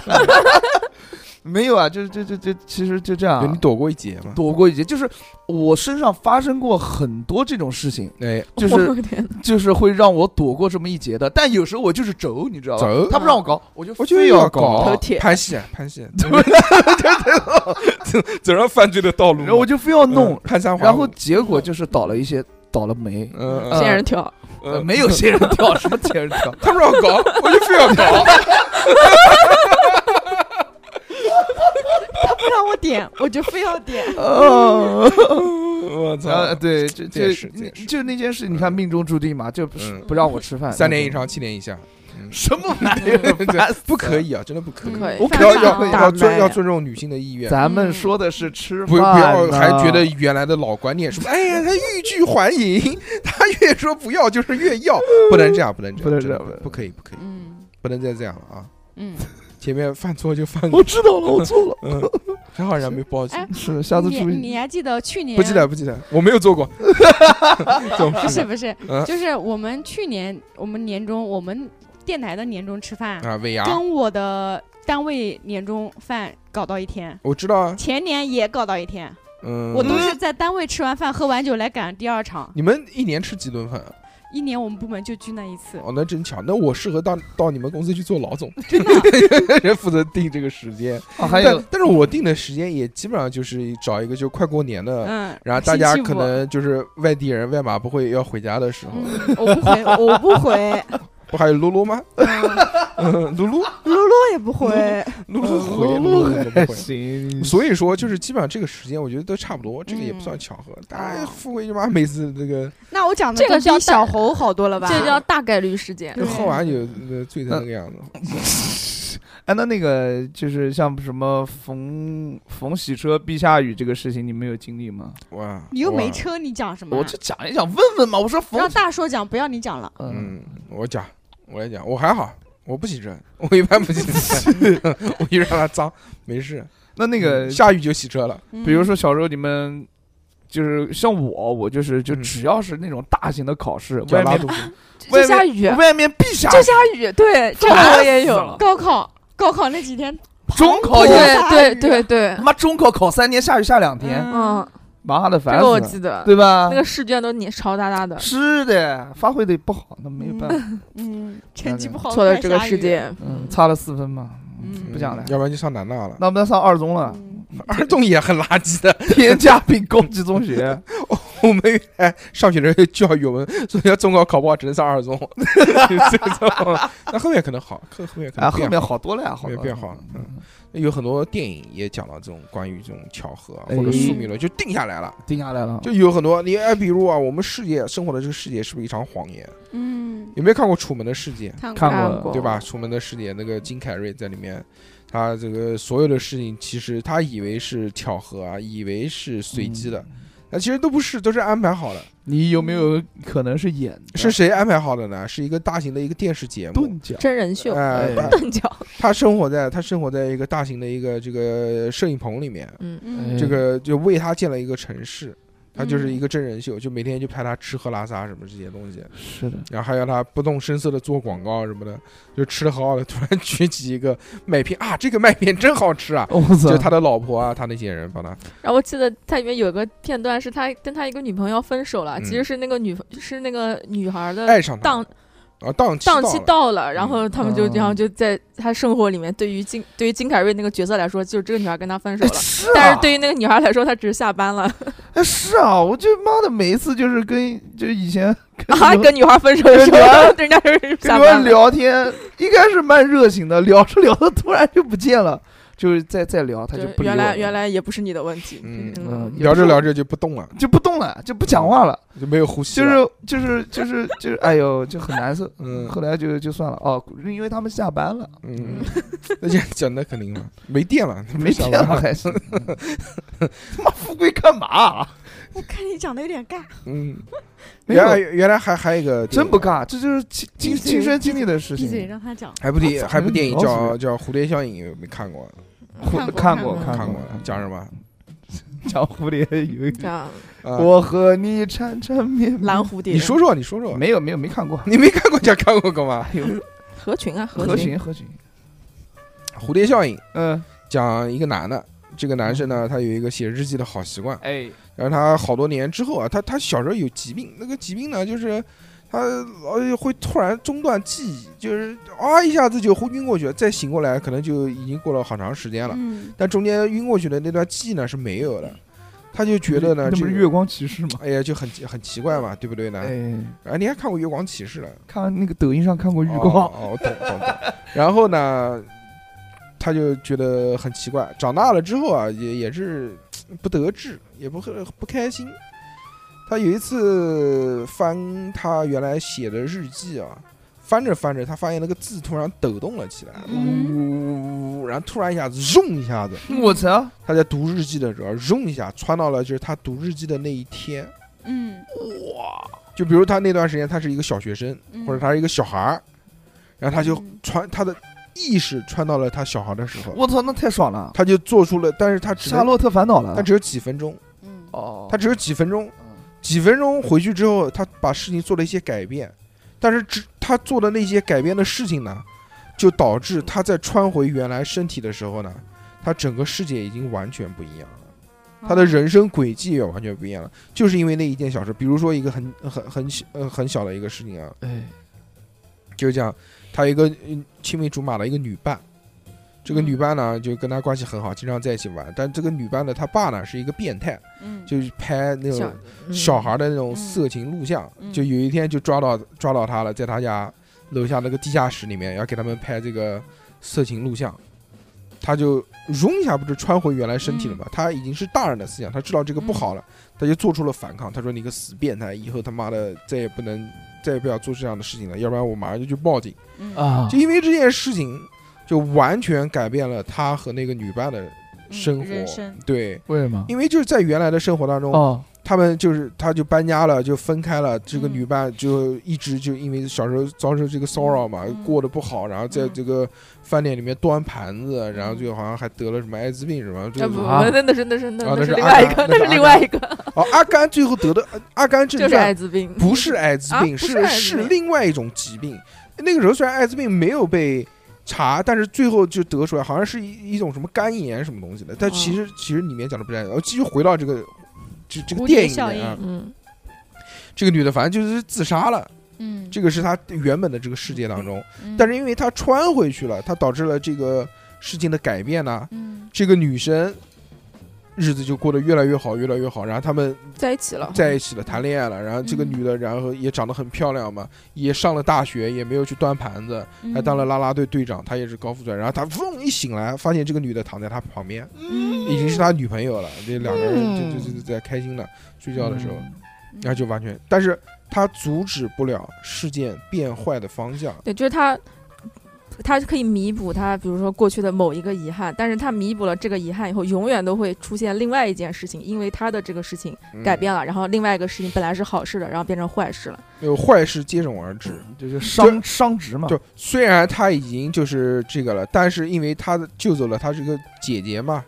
没有啊，就是这这这，其实就这样对你啊。躲过一劫嘛？躲过一劫，就是我身上发生过很多这种事情，哎，就我是的天哪，就是会让我躲过这么一劫的。但有时候我就是轴，你知道吧？走，他不让我搞，我就我就非要搞 搞头，铁拍戏啊拍戏，走走上犯罪的道路嘛，然后我就非要嗯弄，攀山然后结果就是倒了一些倒了霉，嗯？呃仙人跳，呃没有仙人跳，什么仙人跳 他们让我搞，我就非要搞。不让我点，我就非要点。呃，我操！呃对，就这也就是这也是就那件事，你看命中注定嘛，就不嗯不让我吃饭，三年以上，七年以下，嗯 什么玩意儿对？烦死不可了。以啊，真的不可以不。可以，我犯要法要哦要尊大要麦尊重女性的意愿，咱们嗯说的是吃不不饭要呢还觉得原来的老观念是，哎 呀，他欲拒还迎，他越说不要就是越 要，不能这样，不能这样，不能真这的样不能不可以，不可以， 嗯不能再这样了啊！嗯，前面犯错就犯，我知道了，我错 了。嗯，还好人家没报警，哎是，下次你注你意。还记得去年？不记得不记得，我没有 做过，总不是不是嗯，就是我们去年我们年终我们电台的年终吃饭，啊，尾牙，跟我的单位年终饭搞到一天，我知道啊，前年也搞到一天，嗯，我都是在单位吃完饭喝完酒来赶第二场。你们一年吃几顿饭啊？一年我们部门就聚那一次，哦，那真巧，那我适合到到你们公司去做老总，真的。人负责定这个时 间。啊还有但但是我定的时间也基本上就是找一个就快过年的，嗯，然后大家星期可五能就是外地人外马不会要回家的时候，嗯我不回，我不回，不还有露露吗？嗯嗯，露露露露也不 回。露露嗯回露露怎么回？行所以说，就是基本上这个时间，我觉得都差不多，这个也不算巧合。大家哦富贵就妈每次这个那我讲的这个都叫比小猴好多了吧？这叫大概率事件就，对喝完酒呃醉成那个样子，哎，那那个就是像什么逢逢洗车必下雨这个事情，你们有经历吗？哇！你又没哇，车，你讲什么啊？我就讲哎一讲，问问嘛。我说逢让，大硕讲，不要你讲了。嗯，嗯，我讲，我来讲，我还好，我不洗车，我一般不 洗车，我就让它脏，没事。那那个，下雨就洗车了，嗯比如，说小时候你们。就是像我，我就是就嗯只要是那种大型的考试，就外拉面肚子。就下雨，外面必下就雨，下雨，对，这个烦我也死有了，高考，高考那几天，中考也对对啊对对他，妈中考考三天，下雨下两天，嗯，，妈的这烦个我死了，记得，对嗯吧？那个试卷都你潮哒哒的，是的，发挥的不好，那没有办法，嗯，成绩不好，错了这个下雨世，界，嗯，差了四分嘛。嗯不讲了要不然就上南大了。那我们上二中了， 嗯 儿童也很垃圾的。天价并高级 中学，我们哎，上学的时候教育我们，所以要中考考不好只能上二中。 这种那后面可能好，后后面可啊，能后变面好多了呀，后好面多变了好了。嗯，有很多电影也讲到这种关于这种巧合啊哎或者宿命论，就定下来了。定下来了，就有很多你哎，比如啊，我们世界生活的这个世界是不是一场谎言？嗯，有没有看过《楚门的世界》？看看过干了过对吧？？楚门的世界那个金凯瑞在里面，他这个所有的事情，其实他以为是巧合啊，以为是随机的，那、其实都不是，都是安排好的。你有没有可能是啊演的是谁安排好的呢？是一个大型的一个电视节目。钝角？真人 秀，哎，哎他钝角，他生活在他生活在一个大型的一个这个摄影棚里面，嗯，哎嗯这个就为他建了一个城市，他就是一个真人秀，就每天就拍他吃喝拉撒什么这些东西，是的，然后还要他不动声色的做广告什么的，就吃的好好的，突然举起一个麦片啊，这个麦片真好吃啊，哦我操，就他的老婆啊，他那些人帮他，然后我记得它里面有个片段是他跟他一个女朋友分手了，嗯其实是那个女是那个女孩的哎爱上他，档啊档期档期了到了，然后他们就嗯然后就在他生活里面，对于金对于金凯瑞那个角色来说，就是这个女孩跟他分手了。是啊，但是对于那个女孩来说，她只是下班了，哎是啊，我就妈的每一次就是跟就以 前跟啊，你们跟女孩分手的时跟女孩候，人家就是跟下你们班了。聊天，一开始蛮热情的， 聊着聊着突然就不见了，就是再再聊他就对不理原我来了原来也不是你的问题。嗯嗯也聊不着是聊着就不动了，就不动了，就不讲话了，就没有呼吸就了，是就是就是就是，哎呦，就很难受。嗯后来就就算了哦，因为他们下班了，嗯， 那就讲那肯定了，没电了，没想见了嗯了，还是他 妈富贵干嘛啊？我看你讲的有点尬，嗯， 没原来有，原来还还有一个电 真影不，尬，这就是亲亲闭嘴亲身经历的事闭嘴，情。让他讲。还部电还部电影老叫鼠叫《蝴蝶效应》，有没看过？看看过过看看过过，讲什么？讲蝴蝶 有一这个，样，啊我和你缠缠绵绵。蓝蝴蝶，你说说，你说说，没有没有没看 过，你没看过讲看过干嘛？哎呦，合群啊，合合群，群合群， 《蝴蝶效应》嗯，讲一个男的，这个男生呢，他有一个写日记的好习惯，哎，然后他好多年之后啊，他他小时候有疾病，那个疾病呢就是。他老呃会突然中断记忆，就是啊一下子就会晕过去，再醒过来可能就已经过了好长时间了。嗯，但中间晕过去的那段记忆呢是没有的，他就觉得呢，那这不是个月光骑士吗？哎呀就很奇很奇怪嘛，对不对呢？ 哎，啊，你还看过《月光骑士》了？看那个抖音上看过预哦告，哦，我懂懂 懂。然后呢，他就觉得很奇怪，长大了之后啊，也也是不得志，也不不开心。他有一次翻他原来写的日记啊，翻着翻着，他发现那个字突然抖动了起来，呜呜呜呜，然后突然一下子，嗡一下子，我操，他在读日记的时候，啊嗡一下窜到了就是他读日记的那一天。嗯，就比如他那段时间他是一个小学生，嗯或者他是一个小孩儿，然后他就嗯穿他的意识穿到了他小孩的时候，我操，那太爽了，他就做出了，但是他只夏能洛特烦恼他了，只有几分钟，嗯，哦，他只有几分钟，嗯几分钟回去之后，他把事情做了一些改变，但是只他做的那些改变的事情呢，就导致他在穿回原来身体的时候呢，他整个世界已经完全不一样了。他嗯嗯的人生轨迹也完全不一样了，就是因为那一件小事，比如说一个很很很小呃很小的一个事情啊，哎，就是讲他有一个嗯青梅竹马的一个女伴，这个女伴呢就跟他关系很好，经常在一起玩，但这个女伴的他爸呢是一个变态，嗯，就是拍那种嗯小孩的那种色情录像，嗯就有一天就抓到抓到他了，在他家楼下那个地下室里面，要给他们拍这个色情录像，他就嗡一下不是穿回原来身体嗯了吗？他已经是大人的思想，他知道这个不好了，他就做出了反抗。他说：“你个死变态，以后他妈的再也不能再也不要做这样的事情了，要不然我马上就去报警。”啊就，因为这件事情，就完全改变了他和那个女伴的生活。嗯人生对，为什么？因为就是在原来的生活当中，哦，他们就是他就搬家了，就分开了。这个嗯女伴就一直就因为小时候遭受这个骚扰嘛，嗯过得不好，然后在嗯这个饭店里面端盘子，然后就好像还得了什么艾滋病什么。就啊是嗯不，啊不那那是那是那嗯啊那那是是另阿外一甘那个，那是是另阿外一个，哦，阿甘最后得的阿甘这就一是段艾滋病，不是艾滋病，啊不是是艾滋是病另外一种疾病。那个时候虽然艾滋病没有被查，但是最后就得出来，好像是一一种什么肝炎什么东西的。但哦其实、其实里面讲的不是艾滋病。我继续回到这个这这个蝴蝶电影里效面啊，嗯，这个女的反正就是自杀了。嗯，这个是她原本的这个世界当中，嗯但是因为她穿回去了，她导致了这个事情的改变呢、嗯这个女生日子就过得越来越好，越来越好。然后他们在一起了，在一起了，谈恋爱嗯了，然后这个女的，然后也长得很漂亮嘛，也上了大学，也没有去端盘子，嗯还哎当了啦啦队队长，她也是高富帅。然后她嗡一醒来，发现这个女的躺在她旁边，嗯已经是他女朋友了，这两个人就嗯就就就在开心了，睡觉的时候，嗯然后就完全，但是她阻止不了事件变坏的方向。对，就是他，他可以弥补他，比如说过去的某一个遗憾，但是他弥补了这个遗憾以后，永远都会出现另外一件事情，因为他的这个事情嗯改变了，然后另外一个事情本来是好事的，然后变成坏事了。有坏事接踵而至，这嗯就商商值嘛，就虽然他已经就是这个了，但是因为嗯他救走了他这个姐姐嘛，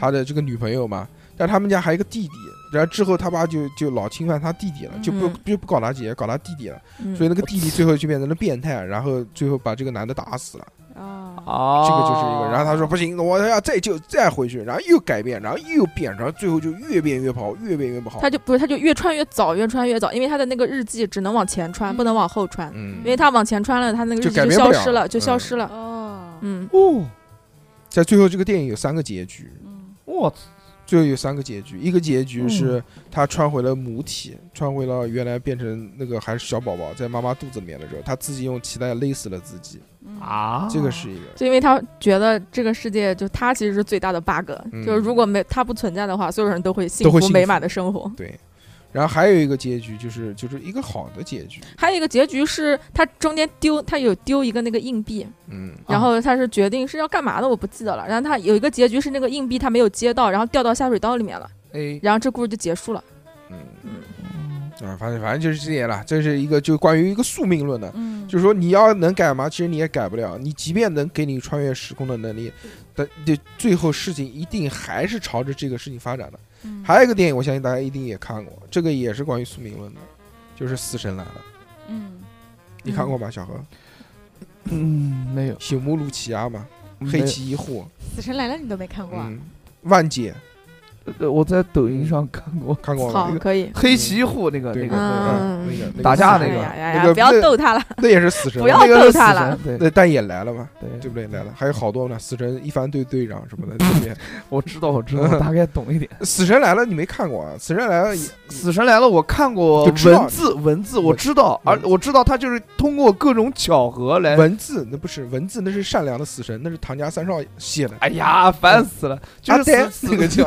他的这个女朋友嘛，但他们家还有一个弟弟，然后之后他爸就就老侵犯他弟弟了，就不嗯就不搞他姐，搞他弟弟了，嗯所以那个弟弟最后就变成了变态，然后最后把这个男的打死了，哦啊，啊这个就是一个。然后他说不行，我要再就再回去，然后又改变，然后又变，然后最后就越变越不好，越变越不好。他就不是，他就越穿越早，越穿越早，因为他的那个日记只能往前穿，嗯不能往后穿，嗯因，为他往前穿了，他那个日就记改就变不消了失了，就消嗯失了。哦，嗯，哦，在最后这个电影有三个结局，嗯，我操最后有三个结局，一个结局是他穿回了母体，穿回了原来变成那个还是小宝宝在妈妈肚子里面的时候，他自己用脐带勒死了自己，啊！这个是一个。就因为他觉得这个世界就他其实是最大的 bug，、嗯就是如果没他不存在的话，所有人都会幸都会福幸美福满的生活。对，然后还有一个结局就是就是一个好的结局，还有一个结局是他中间丢，他有丢一个那个硬币，嗯，然后他是决定是要干嘛的，我不记得了。然后他有一个结局是那个硬币他没有接到，然后掉到下水道里面了，哎，然后这故事就结束了。嗯嗯啊，反正反正就是这些了，这是一个就关于一个宿命论的，嗯，就是说你要能改嘛，其实你也改不了，你即便能给你穿越时空的能力，但这最后事情一定还是朝着这个事情发展的。嗯还有一个电影，我相信大家一定也看过，这个也是关于宿命论的，就是《死神来了》，嗯，你看过吗？小何，嗯，没有朽木鲁奇亚啊嘛，没黑有崎一护，死神来了你都没看过啊？嗯，万姐呃我在抖音上看过看过吗好，？可以。黑崎一护那个嗯对对那个呃嗯嗯，那个那个打架死那神个哎呀呀那呀个不要那逗他了，那也是死神，不要那个逗是他死了神对那但也来了嘛，对对，不对？来了，还有好多呢，死神一番队队长什么 的，这边我知道我知道，我大概懂 一点。死神来了你没看过啊？死神来了也死神来了，我看过就知道文字，文字我知道，文而我知道他就是通过各种巧合来。文字那不是文字，那是善良的死神，那是唐家三少写的。哎呀，烦死啊了！就是死、呆死那个 叫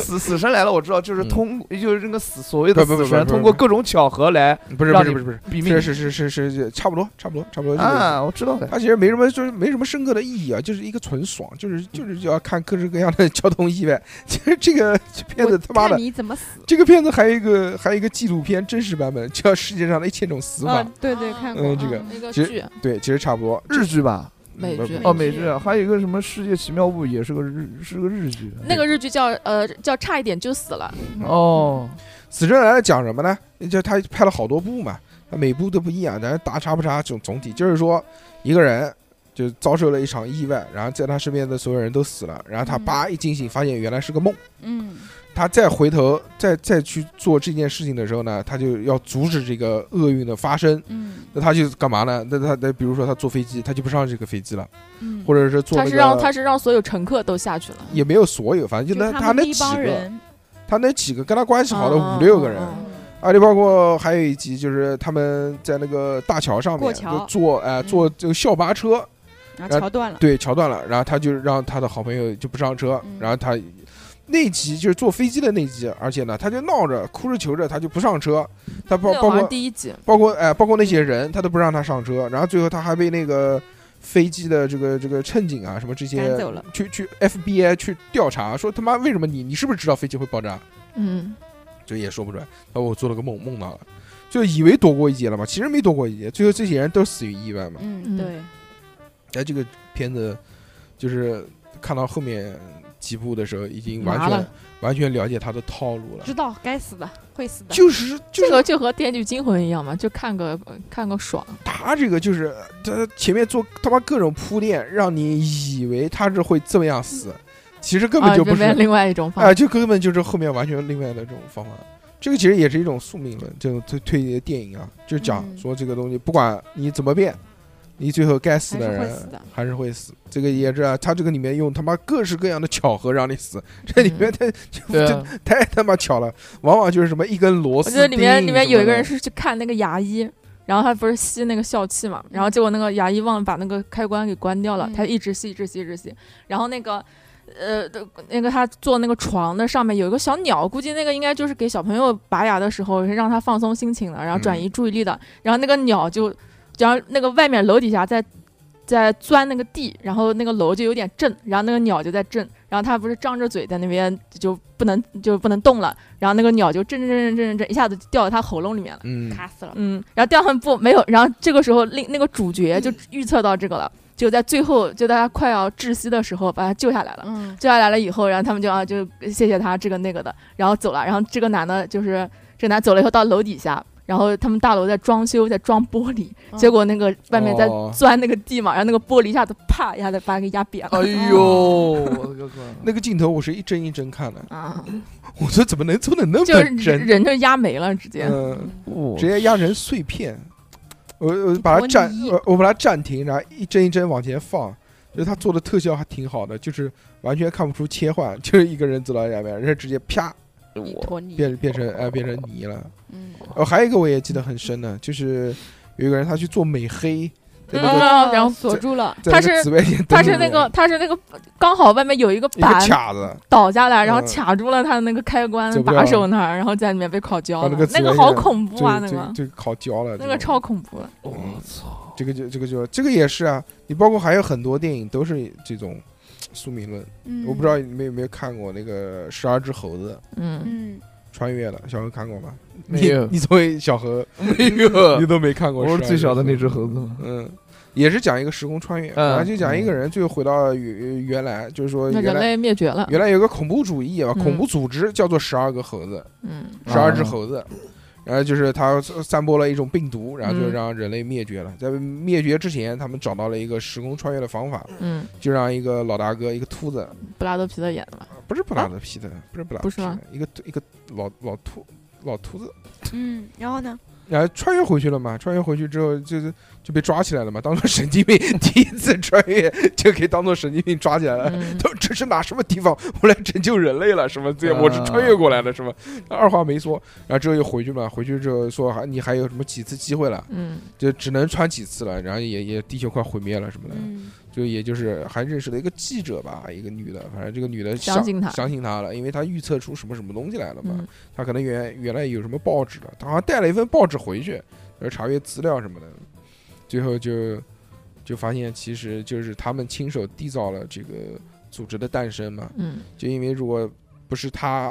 死 死神来了，我知道，就是嗯通、就是那个死所谓的不不不死不神，不通过不各种巧合来不是不让是你不是不是，毙命是是是是是是，差不多差不多差不多就这个意思。啊，我知道的。它其实没什么，就是没什么深刻的意义啊，就是一个纯爽，就是就是要看各式各样的交通意外。其实这个这片子他妈看的，你怎么死？这个片子还有一个还有一个纪录片真实版本，叫《世界上的一千种死法啊》。，对对，看过嗯，这个那个其实剧，对，其实差不多。日剧吧，美嗯剧不哦，不美剧，还有一个什么《世界奇妙物语》，也是个日，是个日剧。那个日剧叫呃叫差一点就死了，哦，死神来了讲什么呢？就他拍了好多部嘛，他每部都不一样，但是大差不差，总总体就是说，一个人就遭受了一场意外，然后在他身边的所有人都死了，然后他嗯叭一惊醒，发现原来是个梦。嗯他再回头再再去做这件事情的时候呢，他就要阻止这个厄运的发生。嗯那他就干嘛呢？那他那比如说他坐飞机，他就不上这个飞机了，嗯，或者是坐他那是让他个是让所有乘客都下去了。也没有所有，反正就就那他们那那一几帮个，人，哦他那几个跟他关系好的嗯嗯五六个人，嗯嗯而且包括还有一集就是他们在那个大桥上面过桥就坐哎、嗯坐这个校巴车，然然后后桥断了，啊对桥段了，然后他就让他的好朋友就不上车，嗯然后他那集就是坐飞机的那集，而且呢，他就闹着哭着求着，他就不上车，他包那个包好像括第一集，包括哎、包括那些人，他都不让他上车，然后最后他还被那个飞机的这个这个乘警啊什么这赶些走了，去去 FBI 去调查，说他妈为什么你你是不是知道飞机会爆炸？嗯，就也说不准。然后我做了个梦，梦到了，就以为躲过一劫了嘛，其实没躲过一劫，最后这些人都死于意外嘛。嗯，对，哎，这个片子就是看到后面几部的时候，已经麻完全了完全了解他的套路了知，道该死的会死的，就是就这是个就和《电锯惊魂》一样嘛，就看个呃看个爽。他这个就是他前面做他妈各种铺垫，让你以为他是会这么样死，其实根本啊就不这是，边另外一种方哎，式。就根本就是后面完全另外的这种方法。这个其实也是一种宿命论，这种推推理的电影啊，就讲嗯说这个东西不管你怎么变，你最后该死的还是人会死的还是会死。这个也是啊，他这个里面用他妈各式各样的巧合让你死，这嗯里面太 对就啊， 太他妈巧了，往往就是什么一根螺丝我钉记什么的。得里面里面有一个人是去看那个牙医，然后他不是吸那个笑气嘛，然后结果那个牙医忘了把那个开关给关掉了，嗯他一直吸一直吸一直吸，然后那个。呃，那个他坐那个床的上面有一个小鸟，估计那个应该就是给小朋友拔牙的时候是让他放松心情的，然后转移注意力的。然后那个鸟就，然后那个外面楼底下在在钻那个地，然后那个楼就有点震，然后那个鸟就在震，然后它不是张着嘴在那边就不能就不能动了，然后那个鸟就震震震震震震，一下子就掉到它喉咙里面了。嗯，卡死了，嗯，然后第二部没有，然后这个时候另那个主角就预测到这个了，只有在最后就大家快要窒息的时候把他救下来了。嗯，救下来了以后，然后他们就啊，就谢谢他这个那个的，然后走了。然后这个男的，就是这个男走了以后到楼底下，然后他们大楼在装修，在装玻璃，嗯结果那个外面在哦钻那个地嘛，然后那个玻璃一下子啪一下子把他给压扁了。哦哎呦，我的个乖！那个镜头我是一帧一帧看的， 啊，我说怎么能做的那就是么真？人就压没了，直接。嗯，我直接压成碎片。我我把它暂泥我我把它暂停，然后一帧一帧往前放。就是他做的特效还挺好的，就是完全看不出切换， 就是一个人走到下面，然后直接啪一坨泥，变变成哎、变成泥了。嗯，哦，还有一个我也记得很深的，就是有一个人他去做美黑，在那个、嗯，然后哦锁住了，在他那个是紫外线灯他里是那面个他是那个刚好外面有一个一个板卡子，倒下来，然后嗯卡住了他的那个开关走不把了手那儿，然后在里面被烤焦把了那个。紫那个外好线恐就怖啊，那就个就烤焦了，那这种个超恐怖了。我操！这个就这个就这个也是啊，你包括还有很多电影都是这种宿命论。嗯我不知道，你们有没有看过那个《十二只猴子嗯，嗯，》穿越了，小何看过吗？没有 你你作为小何，没有你，都没看过。我是最小的那只。只猴子嘛。嗯，也是讲一个时空穿越，嗯然后就讲一个人最后回到原原来，就是说那原人来类灭绝了。原来有个恐怖主义吧，啊嗯恐怖组织叫做十二个猴子，嗯十二只啊猴子。然后就是他散播了一种病毒，然后就嗯让人类灭绝了。在灭绝之前，他们找到了一个时空穿越的方法，嗯，就让一个老大哥，一个秃子，布拉德皮特演 的吧？不是布拉德皮特，不是布拉德啊不皮是特吗，一个一个老老秃老秃子，嗯，然后呢？然后哎穿越回去了嘛，穿越回去之后就是就被抓起来了嘛，当做神经病，第一次穿越就给当做神经病抓起来了。嗯他说这是哪什么地方？我来拯救人类了，什么这样？我是穿越过来的，什么？二话没说，然后之后又回去嘛，回去之后说还你还有什么几次机会了， 嗯就只能穿几次了，然后也也地球快毁灭了什么的，嗯，就也就是还认识了一个记者吧，一个女的，反正这个女的相信他相信他了，因为他预测出什么什么东西来了嘛，嗯他可能原原来有什么报纸了，他好像带了一份报纸回去，然后查阅资料什么的，最后就就发现其实就是他们亲手缔造了这个组织的诞生嘛，嗯，就因为如果不是他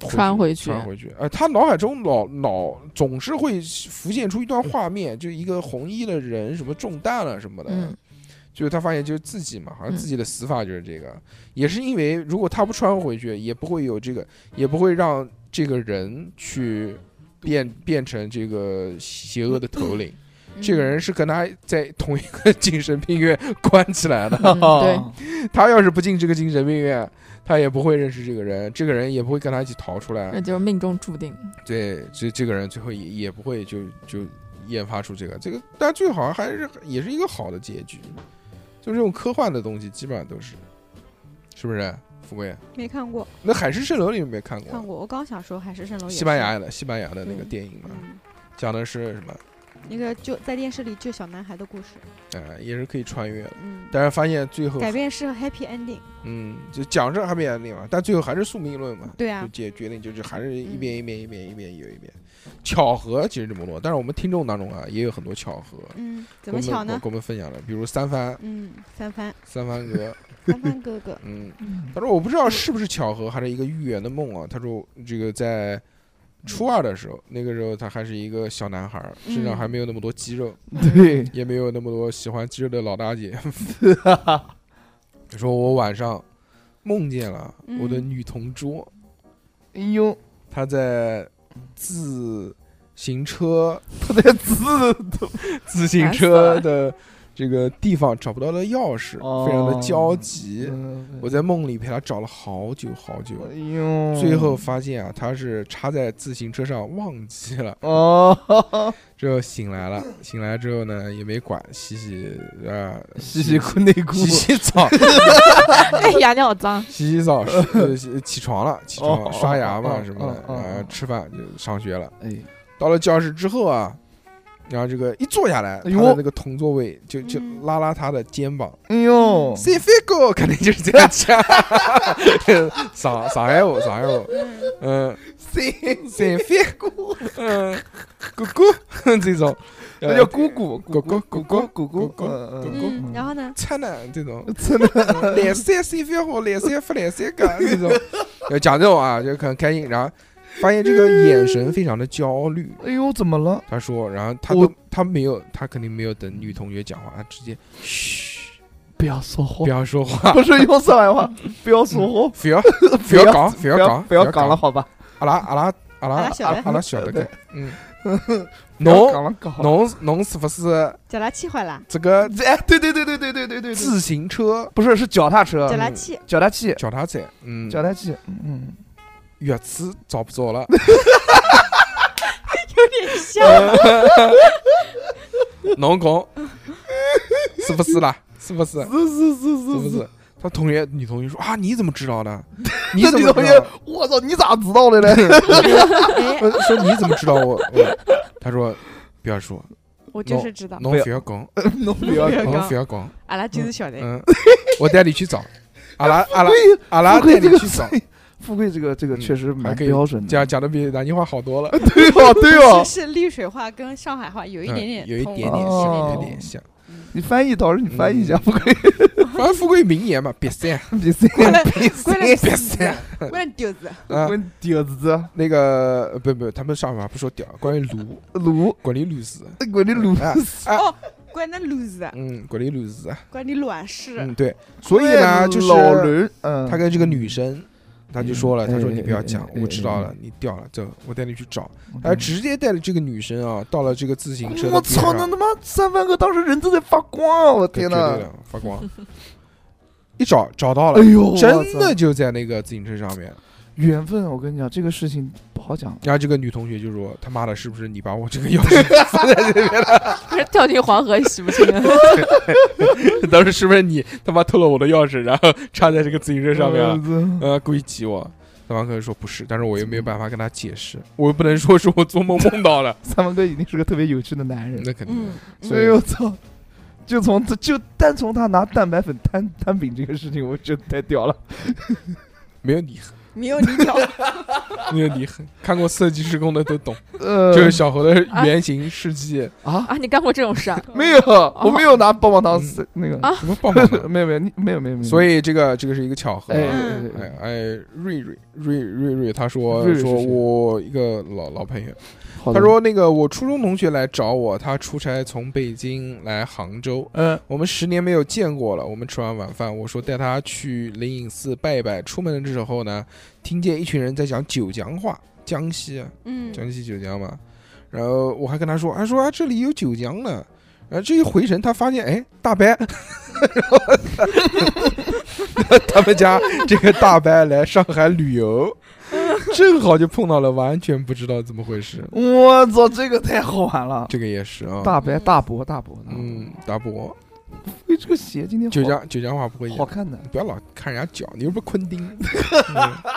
回去穿回去穿回去，呃，他脑海中脑脑总是会浮现出一段画面，就一个红衣的人什么中弹了什么的，嗯就是他发现就是自己嘛，好像嗯自己的死法就是这个，也是因为如果他不穿回去，也不会有这个，也不会让这个人去变变成这个邪恶的头领。嗯这个人是跟他在同一个精神病院关起来的， 嗯啊对，他要是不进这个精神病院，他也不会认识这个人，这个人也不会跟他一起逃出那来。就是命中 注定。对，这这个人最后也也不会就就研发出这个这个，但最好还是也是一个好的结局。就这种科幻的东西，基本上都是，是不是？富贵，没看过，那《海市蜃楼》你有没有看过？看过。我刚想说海市蜃楼，西班牙，的西班牙的那个嗯电影嘛，嗯，讲的是什么？一个救在电视里救小男孩的故事，呃，也是可以穿越的，嗯，但是发现最后改编是 happy ending，嗯，就讲这还没完那嘛，但最后还是宿命论嘛。对啊就决决定就是还是一嗯遍一遍一遍一遍又一遍。巧合其实这么多，但是我们听众当中啊也有很多巧合。嗯，怎么跟我巧们呢？跟我们分享了，比如三番嗯，翻 翻三番哥，，翻翻哥哥嗯，他说我不知道是不是巧合，还是一个预言的梦啊。他说这个在初二的时候，那个时候他还是一个小男孩儿，身上嗯还没有那么多肌肉，对，也没有那么多喜欢肌肉的老 大姐。 说我晚上梦见了我的嗯女同桌，哎呦，他在自行车，他在滋，自行车的这个地方找不到了钥匙，哦嗯非常的焦急。我我在梦里陪他找了好久好久，哎呦，最后发现啊，他是插在自行车上忘记了，哦，之后醒来了，醒来之后呢也没管，洗洗啊，洗洗裤内裤，洗洗 澡， 哎呀，你好脏。洗洗澡，呃洗起床了，起床哦刷牙嘛哦什么的哦，哦然后吃饭就上学了。哎，到了教室之后啊，然后这个一坐下来，他哎呦的那个同座位就就嗯拉拉他的肩膀哎呦， ，“See Figo”，肯定 就是这样讲，上上海话，上海话，嗯，“See Figo”，嗯，姑姑这种，哎那叫哎姑姑，姑姑姑姑姑姑姑姑姑姑，嗯嗯，然后呢？灿烂这种，嗯真的，来三 C 非好，来三不来三个这种，要讲这种啊，就很开心。然后发现这个眼神非常的焦虑。哎呦，怎么了？他说，然后他我都他没有，他肯定没有等女同学讲话，他直接嘘，不要说话不，要说话，不是用上海话，不要说话，不要 不 不要要讲，嗯不不要要讲，不要讲了，，好吧？阿拉阿拉阿拉阿拉小阿的拉阿拉晓 得的，嗯，不要侬讲了，讲了。侬侬是不是叫他气坏了，这个哎，对对对对对对对对对，自行车不是是脚踏车叫，他嗯 气，脚踏器，脚踏车？嗯，脚踏器，嗯，月子找不着 了，有点像。 侬讲是不是啦？是不是？是是是是不是是。是？他同学女同学说啊，你怎么知道的？你那怎女么同知学道的？，我操，你咋知道 的嘞？哎，呃说你怎么知道我？我他说不要说，我嗯就是知道，侬不要讲，侬不要不要侬讲不要讲，阿拉就是晓得，嗯，我带你去找，阿拉阿拉对，阿拉富贵带这你个去找，富贵这个这个嗯确实还蛮可以标准的， 讲讲的比南京话好多了，对哦对哦其，实是丽水话跟上海话有一哎嗯点点，有一点点像，哦有一点点像。你翻译，到时候你翻译一下，嗯富贵反正富贵名言嘛，别删，比谁比关谁键别是 删。关键丢子，啊，问屌子那个呃不不，他们上海话不说屌，关于卤，卤，管理卤丝，滚你卤啊哦关那路子，嗯，管理卤丝，关你卵事，嗯，对，所以呢，就是老人，嗯，他跟这个女生，他就说了，嗯他说哎你不要讲哎，哎我知道了哎，你掉了，走，我带你去找。他直接带着这个女生啊，到了这个自行车的嗯我边上操，那他妈三万个当时人都在发光啊！我对天绝对呐！的发光， 一找找到了哎，呦，我真操的就在那个自行车上面。缘分，我跟你讲，这个事情不好讲。然后这个女同学就说：“他妈的，是不是你把我这个钥 匙？不是跳进黄河洗不清。啊 当时是不是你他妈偷了我的钥匙，然后插在这个自行车上面啊？嗯呃，故意挤我。”对方可能说不是，但是我又没有办法跟他解释，我又不能说是我做梦梦到 了，三万哥一定是个特别有趣的男人。那肯定。嗯，所所以以我操，就从这就单从他拿蛋白粉摊摊饼这个事情，我觉得太屌了。没有你狠，没有你屌，没有你狠。看过《设计施工》的都懂，呃，就是小何的原型事迹，啊，啊，你干过这种事啊？没有，我没有拿棒棒糖塞那个啊什么棒棒糖。 没有没有你没有没有没有。嗯所以，以这个这个是一个巧合啊。哎哎哎哎哎，瑞瑞瑞瑞瑞，他说瑞瑞是说谁我一个老老朋友，好的他说那个我初中同学来找我，他出差从北京来杭州，嗯我们十年没有见过了。我们吃完晚饭，我说带他去灵隐寺拜一拜。出门的时候呢，听见一群人在讲九江话，江西啊，嗯，江西九江嘛。然后我还跟他说，他说啊这里有九江呢。然后这一回神，他发现哎大 伯，然后他他们家这个大伯来上海旅游，正好就碰到了，完全不知道怎么回事。我操，这个太好玩了。这个也是啊，大白大伯大伯，大伯嗯，大伯，哎，这个鞋今天九好江九江话不会演好，看的，不要老看人家脚，你又不是昆汀。嗯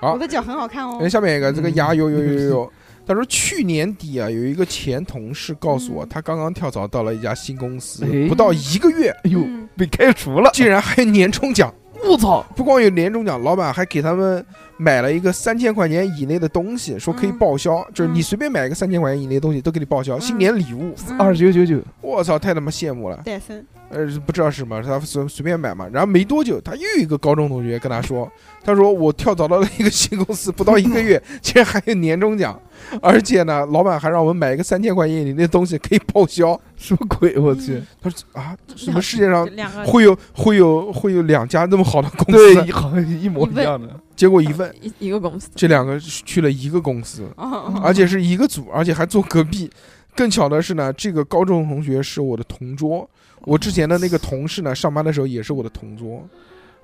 好我的脚很好看哦 哎，，下面一个这个嗯呀呦呦呦呦 呦，他说去年底啊，有一个前同事告诉我，他刚刚跳槽到了一家新公司，嗯哎不到一个月，哎呦，嗯被开除了，竟然还有年终奖。我操，不光有年终奖，老板还给他们买了一个三千块钱以内的东西，说可以嗯报销，就是你随便买一个三千块钱以内的东西都给你报销，新年礼物。嗯二九九九，我操，太他妈羡慕了！戴森，呃，不知道是什么，他随随便买嘛。然后没多久，他又有一个高中同学跟他说，他说我跳槽到了一个新公司，不到一个 月，竟然还有年终奖，而且呢，老板还让我们买一个三千块钱以内的东西可以报销。什么鬼？我去，他说啊，什么世界上两个会有会有会有两家那么好的公对，司？一 好像一模一样的，结果一问，一一个公 司，这两个是去了一个公司，哦而且是一个组，而且还坐隔壁。更巧的是呢，这个高中同学是我的同桌，我之前的那个同事呢，上班的时候也是我的同桌。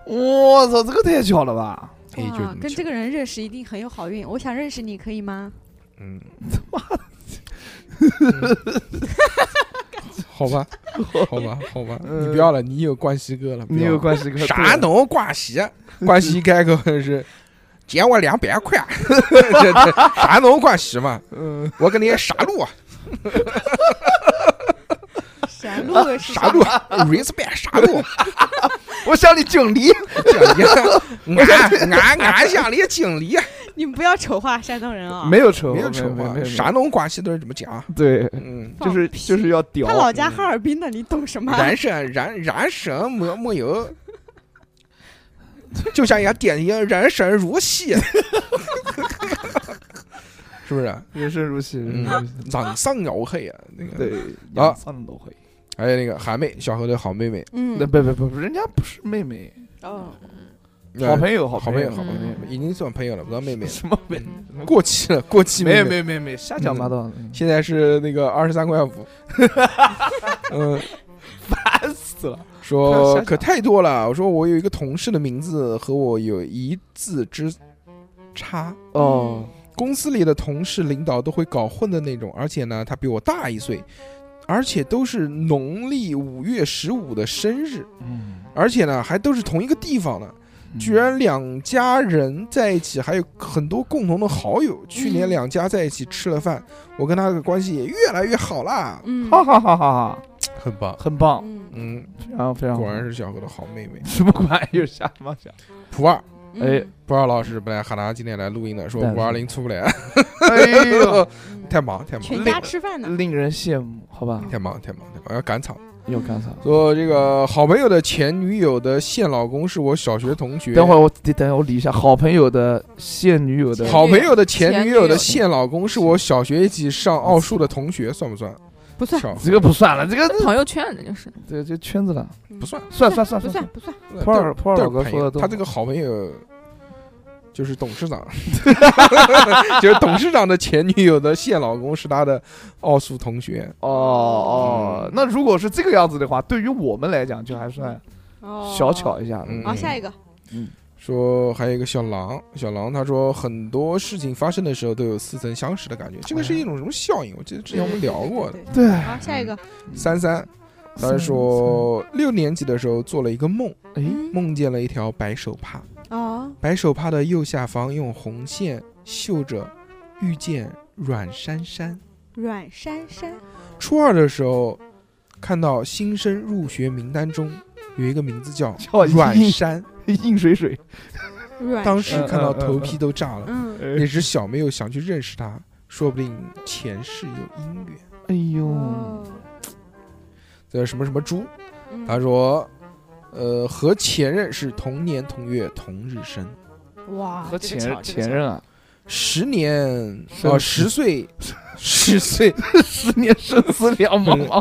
我操，这个太巧了吧！哎，就哇么，跟巧这个人认识一定很有好运。我想认识你，可以吗？嗯，妈嗯好吧，好吧，好吧，呃你不要了，你有冠希哥了，不你要有了关系跟啊啥侬冠希？啊冠希开口是借我两百块，啊 这这啥侬冠希嘛？嗯，我给你杀戮啊，啥路是杀戮 啊，respect 啊杀戮， 我向你敬礼。经理，俺俺俺向你经理，你们不要丑化山东人啊！没有 仇，没有丑话，啥啥侬冠希都是怎么讲？对，嗯。放就是屁就是嗯要屌他。老家哈尔滨的，你懂什么？燃神燃燃神没没有， 就像人家典型人神如戏，是不是？人生如戏，人生如戏。长上有黑啊，嗯那个。对，啊养苍都会。还有那个韩妹，小何的好妹妹，嗯那，不不不，不人家不是妹妹，哦，好朋友，呃好好朋朋友，好朋友，已经算朋友了，不叫妹妹了。什么妹？ 嗯过期了，过期没妹有妹没有没有没有，瞎讲八道。现在是那个二十三块五，嗯，烦死了。说想想可太多了。我说我有一个同事的名字和我有一字之差，哦，公司里的同事领导都会搞混的那种，而且呢，他比我大一岁，而且都是农历五月十五的生日，嗯，而且呢还都是同一个地方的，居然两家人在一起，还有很多共同的好友。去年两家在一起吃了饭，我跟他的关系也越来越好啦，嗯，哈哈哈哈哈，很棒。很棒，嗯，嗯，非常非常好。果然是小何的好妹妹。什么 玩意儿，瞎 他妈讲。普二，嗯，哎普二老师本来喊他今天来录音的，说但是五二零出不来，哎呦，嗯 太忙太忙，全家吃饭呢，令人羡慕，好吧？ 太忙太忙太忙，要赶场。又干啥？说这个好朋友的前女友的现老公是我小学同学，等会儿我得等会儿我理一下，好朋友的现女友的，好朋友的前前女女友友的现老公是我小学一起上奥数的同学，算不算？不算巧这个不算了，这个朋友圈这就是，这这圈子了，不算。算算算不算算。不算，嗯普洱普洱老哥说的都他这个好朋友就是董事长， 就是董事长的前女友的现老公是他的奥数同学，哦哦嗯，那如果是这个样子的话，对于我们来讲就还算小巧。一下了。嗯哦好，下一个，说还有一个小狼，小狼他说很多事情发生的时候都有似曾相识的感觉，这个哎是一种什么效应？我记得之前我们聊过的。对，对，好，下一个，三三，他说六年级的时候做了一个梦，哎，梦见了一条白手帕，哦，白手帕的右下方用红线绣着“遇见阮珊珊阮珊珊，”。初二的时候，看到新生入学名单中有一个名字 叫叫阮硬珊， 硬水水，阮，当时看到头皮嗯都炸了。嗯，那时小没有想去认识他，说不定前世有姻缘。哎呦，哦，这什么什么猪，嗯他说，呃，和前任是同年同月同日生，哇， 和这前个巧这个前巧任啊，十年生哦，十岁，十岁，十年生死两茫茫，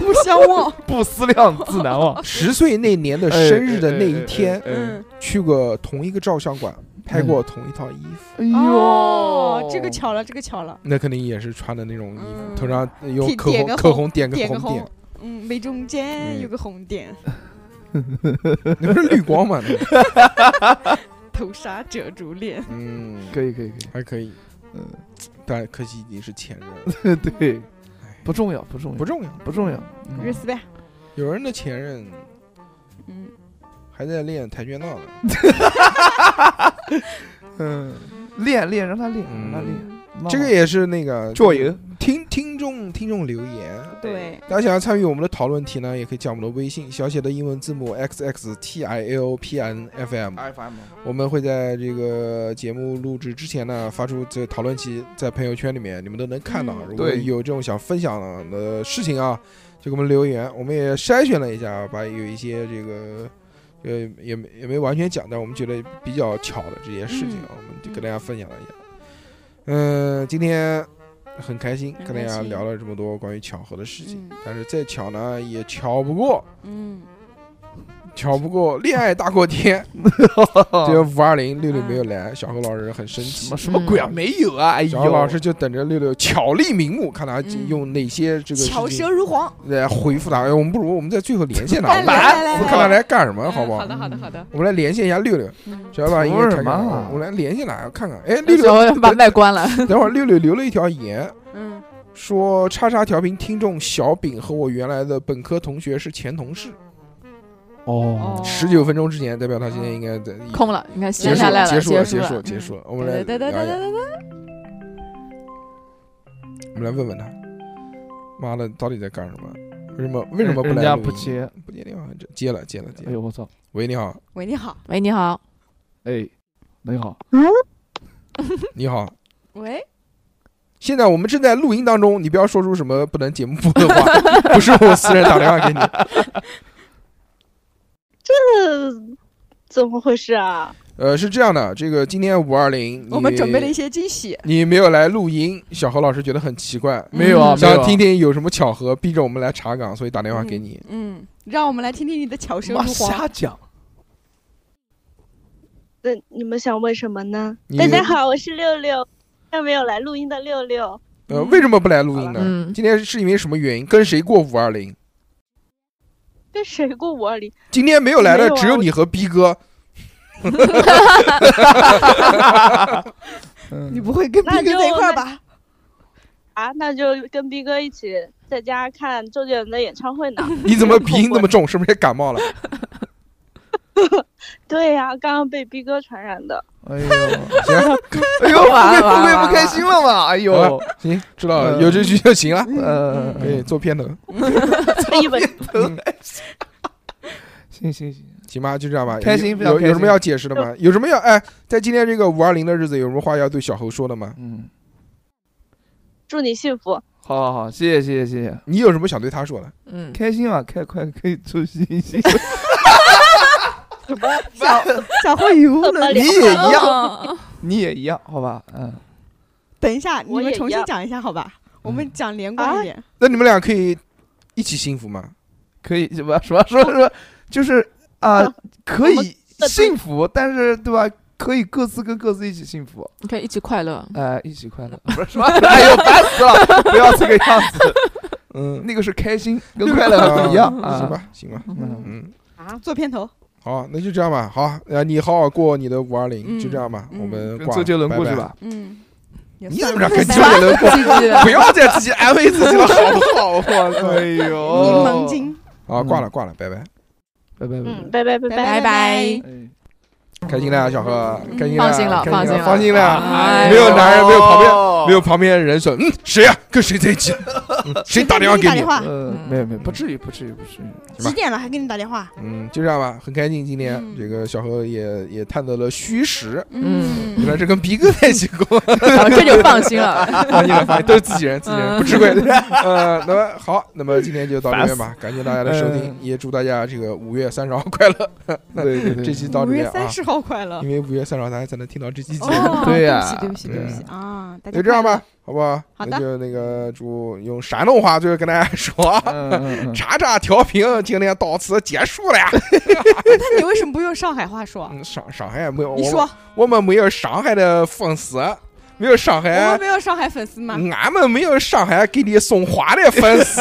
不相忘，不思量，自难忘。十岁那年的生日的那一天，哎，哎哎哎哎嗯，去过同一个照相馆，拍过同一套衣服，哎呦，哦，这个巧了，这个巧了，嗯那肯定也是穿的那种衣服，嗯头上用点口点红，个口红红点个点个红点红，嗯，眉中间有个红点， 那不是绿光吗？那个头纱遮住脸，嗯，可以可以可以。 还可以，嗯，但可惜已经是前 任了，对，不重要，不重要，不重要。不重要。日思呗，有人的前任嗯，还在练跆拳道呢，嗯，练练，让他练，嗯让他练。这个也是那个教友听听众听众留言。对，大家想要参与我们的讨论题呢，也可以加我们的微信，小写的英文字母 x x t i a o p n f m。 FM 我们会在这个节目录制之前呢，发出这个讨论期，在朋友圈里面你们都能看到。嗯如果对有这种想分享的事情啊，就给我们留言。我们也筛选了一下，把有一些这个呃也没也没完全讲，但我们觉得比较巧的这些事情嗯啊，我们就跟大家分享了一下。嗯、今天很开心，很跟大开家心聊了这么多关于巧合的事情，嗯但是再巧呢也巧不过，嗯，巧不过恋爱大过天。 这五二零六六没有来，小何老师很生什气么。什么鬼啊？嗯没有啊！哎小何呦，老师就等着六六巧立名目，看他嗯用哪些这个巧事舌情如簧，来回复他。哎，我们不如我们在最后连线 他，我来们来来我们来看他来，来干什么，好不好？的好的好的，我们来连线一下六六，嗯小伙伴应图该什看么看啊我们来连线他看看。哎，六然六，后把麦关了，等会儿六六留了一条言，嗯，说叉叉调频听众小饼和我原来的本科同学是前同事，哦，十九分钟之前，代表他今天应该在空了，应该闲结束下来了，结束了，结束束了，结束了。我们来哒哒聊哒一哒聊。哒哒，我们来问问他，妈的，到底在干什么？为什么为什么不人来家录不音？接？不接电话，这接了接了接哎了。呦，我操！喂，你好，喂，你好，喂，你好，哎，你好，你好，喂，现在我们正在录音当中，你不要说出什么不能节目播的话， 不是我私人打电话给你。这怎么回事啊？呃，是这样的，这个今天五二零，我们准备了一些，些惊喜，你没有来录音，小何老师觉得很奇怪，没有嗯啊，没有想啊听听有什么巧合逼着我们来查岗，所以打电话给你。嗯，让我们来听听你的巧舌妈如簧。瞎讲，那你们想问什么呢？你大家好，我是六六，看没有来录音的六六，呃，为什么不来录音呢？嗯今天是因为什么原因？跟谁过五二零？跟谁过五二零？今天没有来的没有啊只有你和逼 哥，嗯你不会跟斌那哥就在一块儿吧？啊，那就跟逼哥一起在家看周杰伦的演唱会呢。你怎么鼻音那么重？是不是也感冒了？对呀、刚刚被逼哥传染的。哎呦，行哎呦，富贵完富完贵完不开心了嘛？哎呦，行，知道了，嗯有这句就行了，呃，可以做片头。一本嗯行行行，行吧，就这样吧。开心非常有有开有心嗯什么要解释的吗？有什么要哎，在今天这个五二零的日子，有什么话要对小侯说的吗？嗯，祝你幸福。好好好，谢谢谢谢谢谢，你有什么想对他说的？嗯，开心嘛，开快可以出新星， 小 小慧语无怎么伦 了你次。也一样，样，你也一样，好吧？嗯，等一下，你我们也重一新样讲一下好吧？我们讲连啊贯一点。那你们俩可以一起幸福吗？可以什么什么说说，就是啊、嗯可我以幸福，但是对吧？可以各自跟各自一起幸福， 你可以一起快乐。呃，一起快乐， 不是什么？哎呦，烦死了！不要这个样子，嗯，那个是开心，跟快乐还不一样啊。行，吧，行吧，嗯，嗯，啊做片头，好，那就这样吧。好，呃，你好好过你的五二零，嗯就这样吧。我们跟挂周杰伦过去拜拜吧。嗯，也你算怎么着跟是周吧杰 伦过？GG 不要再自己安慰自己 了，好不好？我操！哎 呦，柠檬，精，好，挂了，挂了，拜拜。拜拜拜嗯，拜拜拜拜哦拜。拜拜。哎。开心啊了，小何，开心了，啊嗯放心了开放心心了放心了。哎没有男人，没有旁边，哦没有旁边人说，嗯，谁呀？跟谁在一起？嗯 谁打电话给打你 电？话？呃，嗯没有没有，不至于不至于不至于。吧几点了还给你打电话？嗯，就这样吧，很开心，今天嗯这个小何也也探得了虚实，嗯原来是跟逼哥在一起过，好这就放心了。放心了，放心，都是自己人，自己人嗯 不吃亏。呃，那么好，那么今天就到这边吧，感谢大家的收听嗯，也祝大家这个五月三十号快乐。对对对，这期到五这边月啊三，十号快乐因为五月三十号大家才能听到这期节目， 哦，对呀呀，对不起，对不起，对对不起啊！大家就这样快乐吧，，好不好？好的那就那个祝用山东话最后跟大家说啊，嗯嗯嗯，叉叉调频今天到此结束了。 那你为什么不用上海话说？嗯，上上海没有，你我说们我们没有上海的粉丝，没有上我海们，没有上海粉丝吗？俺们没有上海给你送花的粉丝。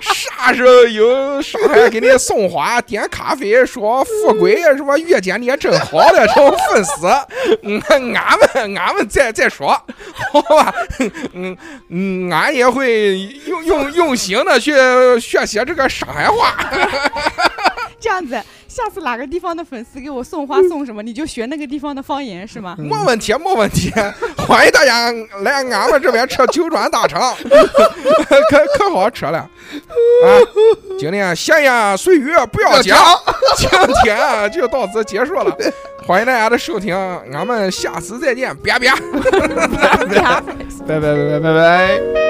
啥时候有上海给你送花、点咖啡、说富贵啊什么遇见你真好的这种粉丝，嗯，俺们俺们再再说，好吧？嗯嗯，俺也会用用用心的去学习这个上海话。这样子，下次哪个地方的粉丝给我送花送什么，你就学那个地方的方言 是吗？没问题，没问题， 欢迎大家来俺们这边吃九转大肠， 可可好吃了。啊，今天闲言碎语不要讲，今天啊就到此结束了。欢迎大家的收听，俺们下次再见，别别。拜拜拜拜拜拜。